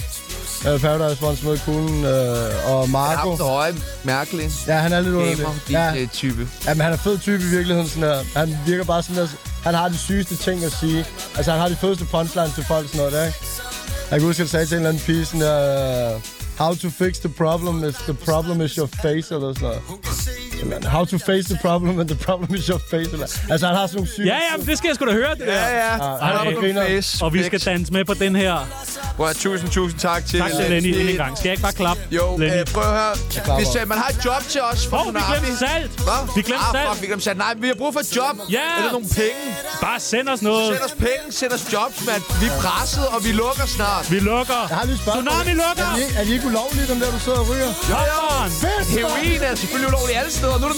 Øh, Paradise Once mod Kuglen. Øh, og Marco. Ham høje, mærkelig, Ja, han er lidt gamer, underlig. ja. Ja, type. jamen, han er fed type i virkeligheden. Sådan her. Han virker bare sådan der. Han har de sygeste ting at sige. Altså, han har de fedeste punchlines til folk. Sådan noget der, ikke? Jeg kan huske, at jeg sagde til en eller anden pige sådan der... øh, How to fix the problem if the problem is your face, eller sådan noget. Eller, How to face the problem and the problem is your face, eller... Altså, han har sådan nogle syge... Ja, ja, men det skal jeg sgu da høre, det der. Ja, ja. han er Ej, griner. respekt. Og vi skal danse med på den her. Prøv at, tusind, tusind tak til... Tak til Lenny endnu en gang. Skal jeg ikke bare klappe? Jo, Lenny. øh, prøv at høre. Hvis øh, man har et job til os for Hov, vi glemte salt. Hva? Vi glemte ah, salt. fuck, vi glemte salt. Nej, vi har brug for et job. Ja. Eller nogle penge. Bare send os noget. Send os penge, send os jobs, mand. Vi er presset, og vi lukker snart. Vi lukker. Jeg har lige et spørgsmål. Tsunami lukker. Er de, ikke- er de ikke ulovlige, dem der, du sidder og ryger? Jokeren. Fedt! mand! Heroin er selvfølgelig ulovligt alle steder. Nu er der